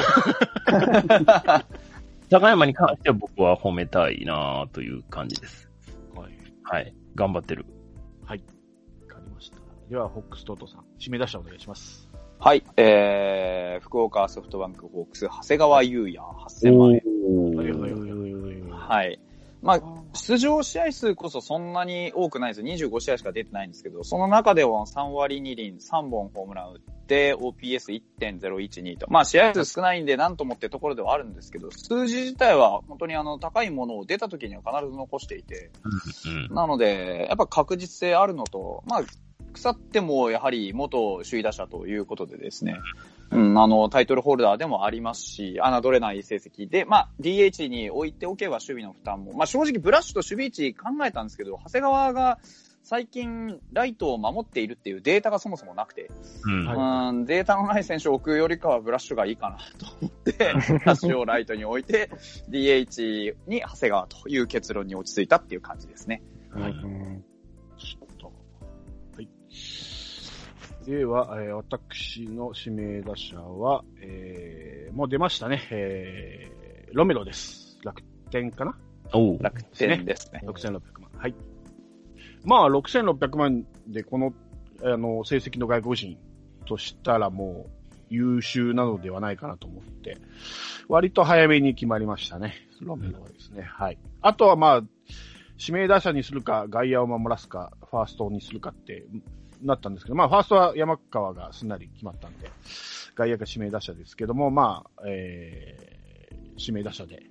A: 高山に関しては僕は褒めたいなという感じです。
B: はい。
A: はい。頑張ってる。
B: わかりました。では、ホックストートさん、締め出したお願いします。
C: はい、えー、福岡ソフトバンクホークス、長谷川優也、8000万円。
B: はいはいはいはい
C: はい。まあ、出場試合数こそそんなに多くないです。25試合しか出てないんですけど、その中では3割2厘、3本ホームラン打って、OPS1.012 と。まあ試合数少ないんで何ともってところではあるんですけど、数字自体は本当にあの高いものを出た時には必ず残していて、
A: うん
C: なので、やっぱ確実性あるのと、まあ、腐ってもやはり元首位打者ということでですね、うん、あの、タイトルホルダーでもありますし、侮れない成績で、まあ、DH に置いておけば守備の負担も、まあ正直ブラッシュと守備位置考えたんですけど、長谷川が最近ライトを守っているっていうデータがそもそもなくて、
A: うん
B: は
C: うん、データのない選手を置くよりかはブラッシュがいいかなと思って、ブラッシュをライトに置いて、DH に長谷川という結論に落ち着いたっていう感じですね。
B: はい。では、えー私の指名打者は、えーもう出ましたね。えーロメロです。楽天かな
A: おう
C: 楽天ですね。
B: ?6600 万。はい。まあ、6600万でこの、あの、成績の外国人としたらもう優秀なのではないかなと思って、割と早めに決まりましたね。ロメロはですね。はい。あとはまあ、指名打者にするか、外野を守らすか、ファーストにするかってなったんですけど、まあ、ファーストは山川がすんなり決まったんで、外野が指名打者ですけども、まあ、えー、指名打者で、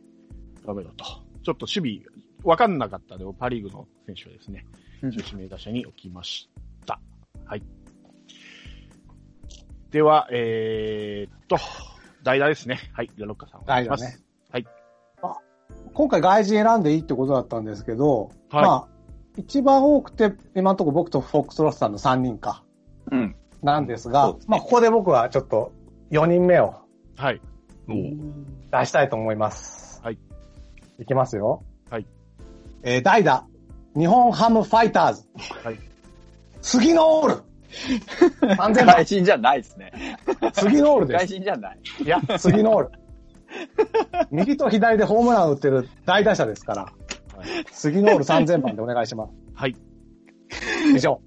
B: ロメロと。ちょっと守備、わかんなかったで、パリーグの選手をですね、指名打者に置きました。はい。では、えーっと、代打ですね。はい、じゃあ、ロッカさんお願いします。
D: 代打ね今回外人選んでいいってことだったんですけど、
B: はい
D: まあ、一番多くて、今のところ僕とフォックストロスさんの3人か、
C: うん。
D: なんですが、
C: うんそうですね
D: まあ、ここで僕はちょっと4人目を
B: はい。
A: おう
D: 出したいと思います。
B: はい。
D: いきますよ。
B: はい。
D: えー代打、日本ハムファイターズ。
B: はい。
D: 杉のオール
B: *laughs*
D: !3000
C: 外
D: 番
C: 人じゃないですね。
D: 杉のオールです
C: 外。人じゃない。
B: いや、
D: 次のオール。右と左でホームラン打ってる大打者ですから、次のオール3000番でお願いします。
B: はい。
D: 以上。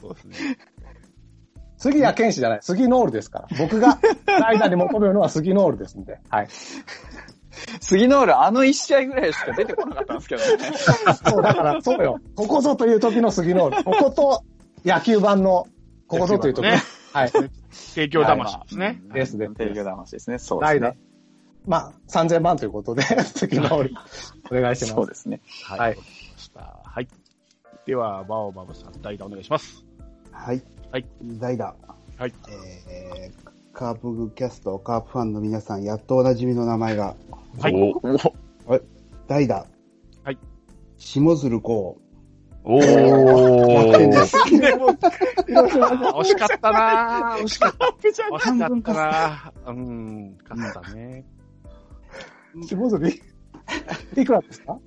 B: そうですね。
D: 杉谷健士じゃない、杉ノールですから。僕が代打に求めるのは杉ノールですんで。はい。
C: 杉野浦、あの1試合ぐらいしか出てこなかったんですけど *laughs* ね。
D: そう、だから、そうよ。ここぞという時の杉ノール。ここと野球版の、ここぞという時の。
B: 野球
D: はい。
B: 提供魂ですね。
D: ですです
C: テレビ魂ですね。 *laughs* そう
D: 代
C: で
D: 打
C: す。
D: まあ、3000番ということで、 *laughs* 杉ノール、お願いし
C: ね。
D: ます。
C: そうですね。
B: はい。
D: はい
B: わかりました。はい。では、バオバブさん、代打お願いします。
E: はい。
B: はい。
E: 代打。
B: はい。
E: えー、カープキャスト、カープファンの皆さん、やっとおなじみの名前が、
B: はい
A: おう
E: 代打。
B: はい。
E: 下鶴子。
A: おー
D: *laughs*
B: あ惜しかったなぁ惜しかった。惜しか
E: 半分
B: った
E: か
B: なぁうん、勝ったね。
D: 下積みいくらですか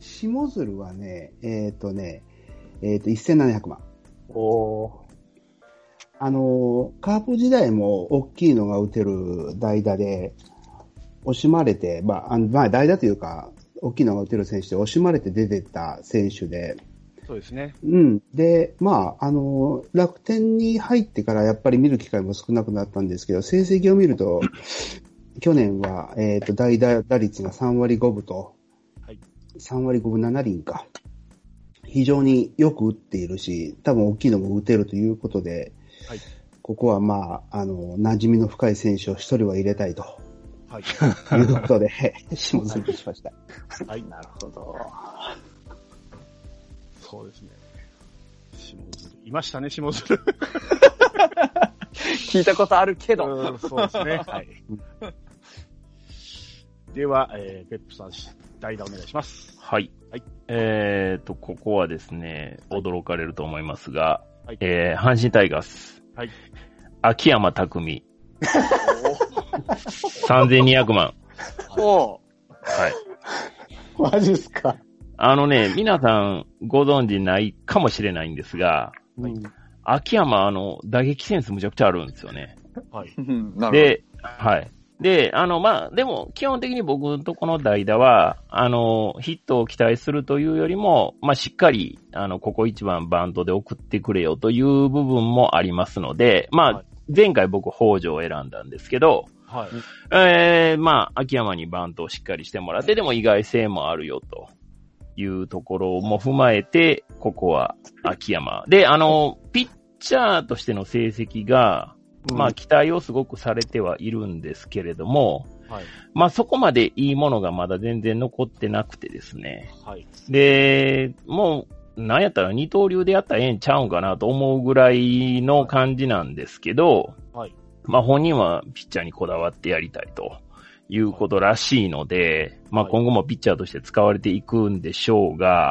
E: 下鶴はね、えっ、とね、えっ、と、1700万。
D: おー。
E: あのーカープ時代も大きいのが打てる代打で、惜しまれて、まあ、あのまあ、代打というか、大きいのが打てる選手で惜しまれて出てった選手で、
B: そうですね。
E: うん。で、まあ、あの、楽天に入ってからやっぱり見る機会も少なくなったんですけど、成績を見る
B: *clears throat*
E: と、去年は、えっ、と、代打打率が3割5分と、
B: はい
E: 3割5分7厘か。非常によく打っているし、多分大きいのも打てるということで、
B: はい
E: ここはまあ、あの、馴染みの深い選手を一人は入れたいと
B: はい。
E: いうこ
B: *laughs*
E: とで、下積みしました。
B: はい。
C: なるほど。
B: そうですね。下鶴。いましたね、下鶴。
C: 聞いたことあるけど。
B: うんそうですね。 *laughs* はい。では、えー、ペップさん、代打お願いします。
A: はい。
B: はい
A: えーと、ここはですね、驚かれると思いますが、
B: はい
A: えー、阪神タイガース、
B: はい。
A: 秋山匠、3200万。
C: おう
A: はい。
D: マジっすか。
A: あのね、皆さんご存知ないかもしれないんですが、
D: うん
A: 秋山、あの、打撃センスむちゃくちゃあるんですよね。
B: はい。
C: うんなる
A: で、はい。で、あの、まあ、でも、基本的に僕のとこの代打は、あの、ヒットを期待するというよりも、まあ、しっかり、あの、ここ一番バントで送ってくれよという部分もありますので、まあ、
B: はい
A: 前回僕、北条を選んだんですけど、
B: はい。
A: えー、まあ、秋山にバントをしっかりしてもらって、でも意外性もあるよ、というところも踏まえて、ここは秋山。で、あの、ピッチャーとしての成績が、まあ、期待をすごくされてはいるんですけれども、
B: はい。
A: まあ、そこまでいいものがまだ全然残ってなくてですね。
B: はい。
A: で、もう、なんやったら二刀流でやったらええんちゃうんかなと思うぐらいの感じなんですけど、
B: はい。
A: まあ本人はピッチャーにこだわってやりたいということらしいので、まあ今後もピッチャーとして使われていくんでしょうが、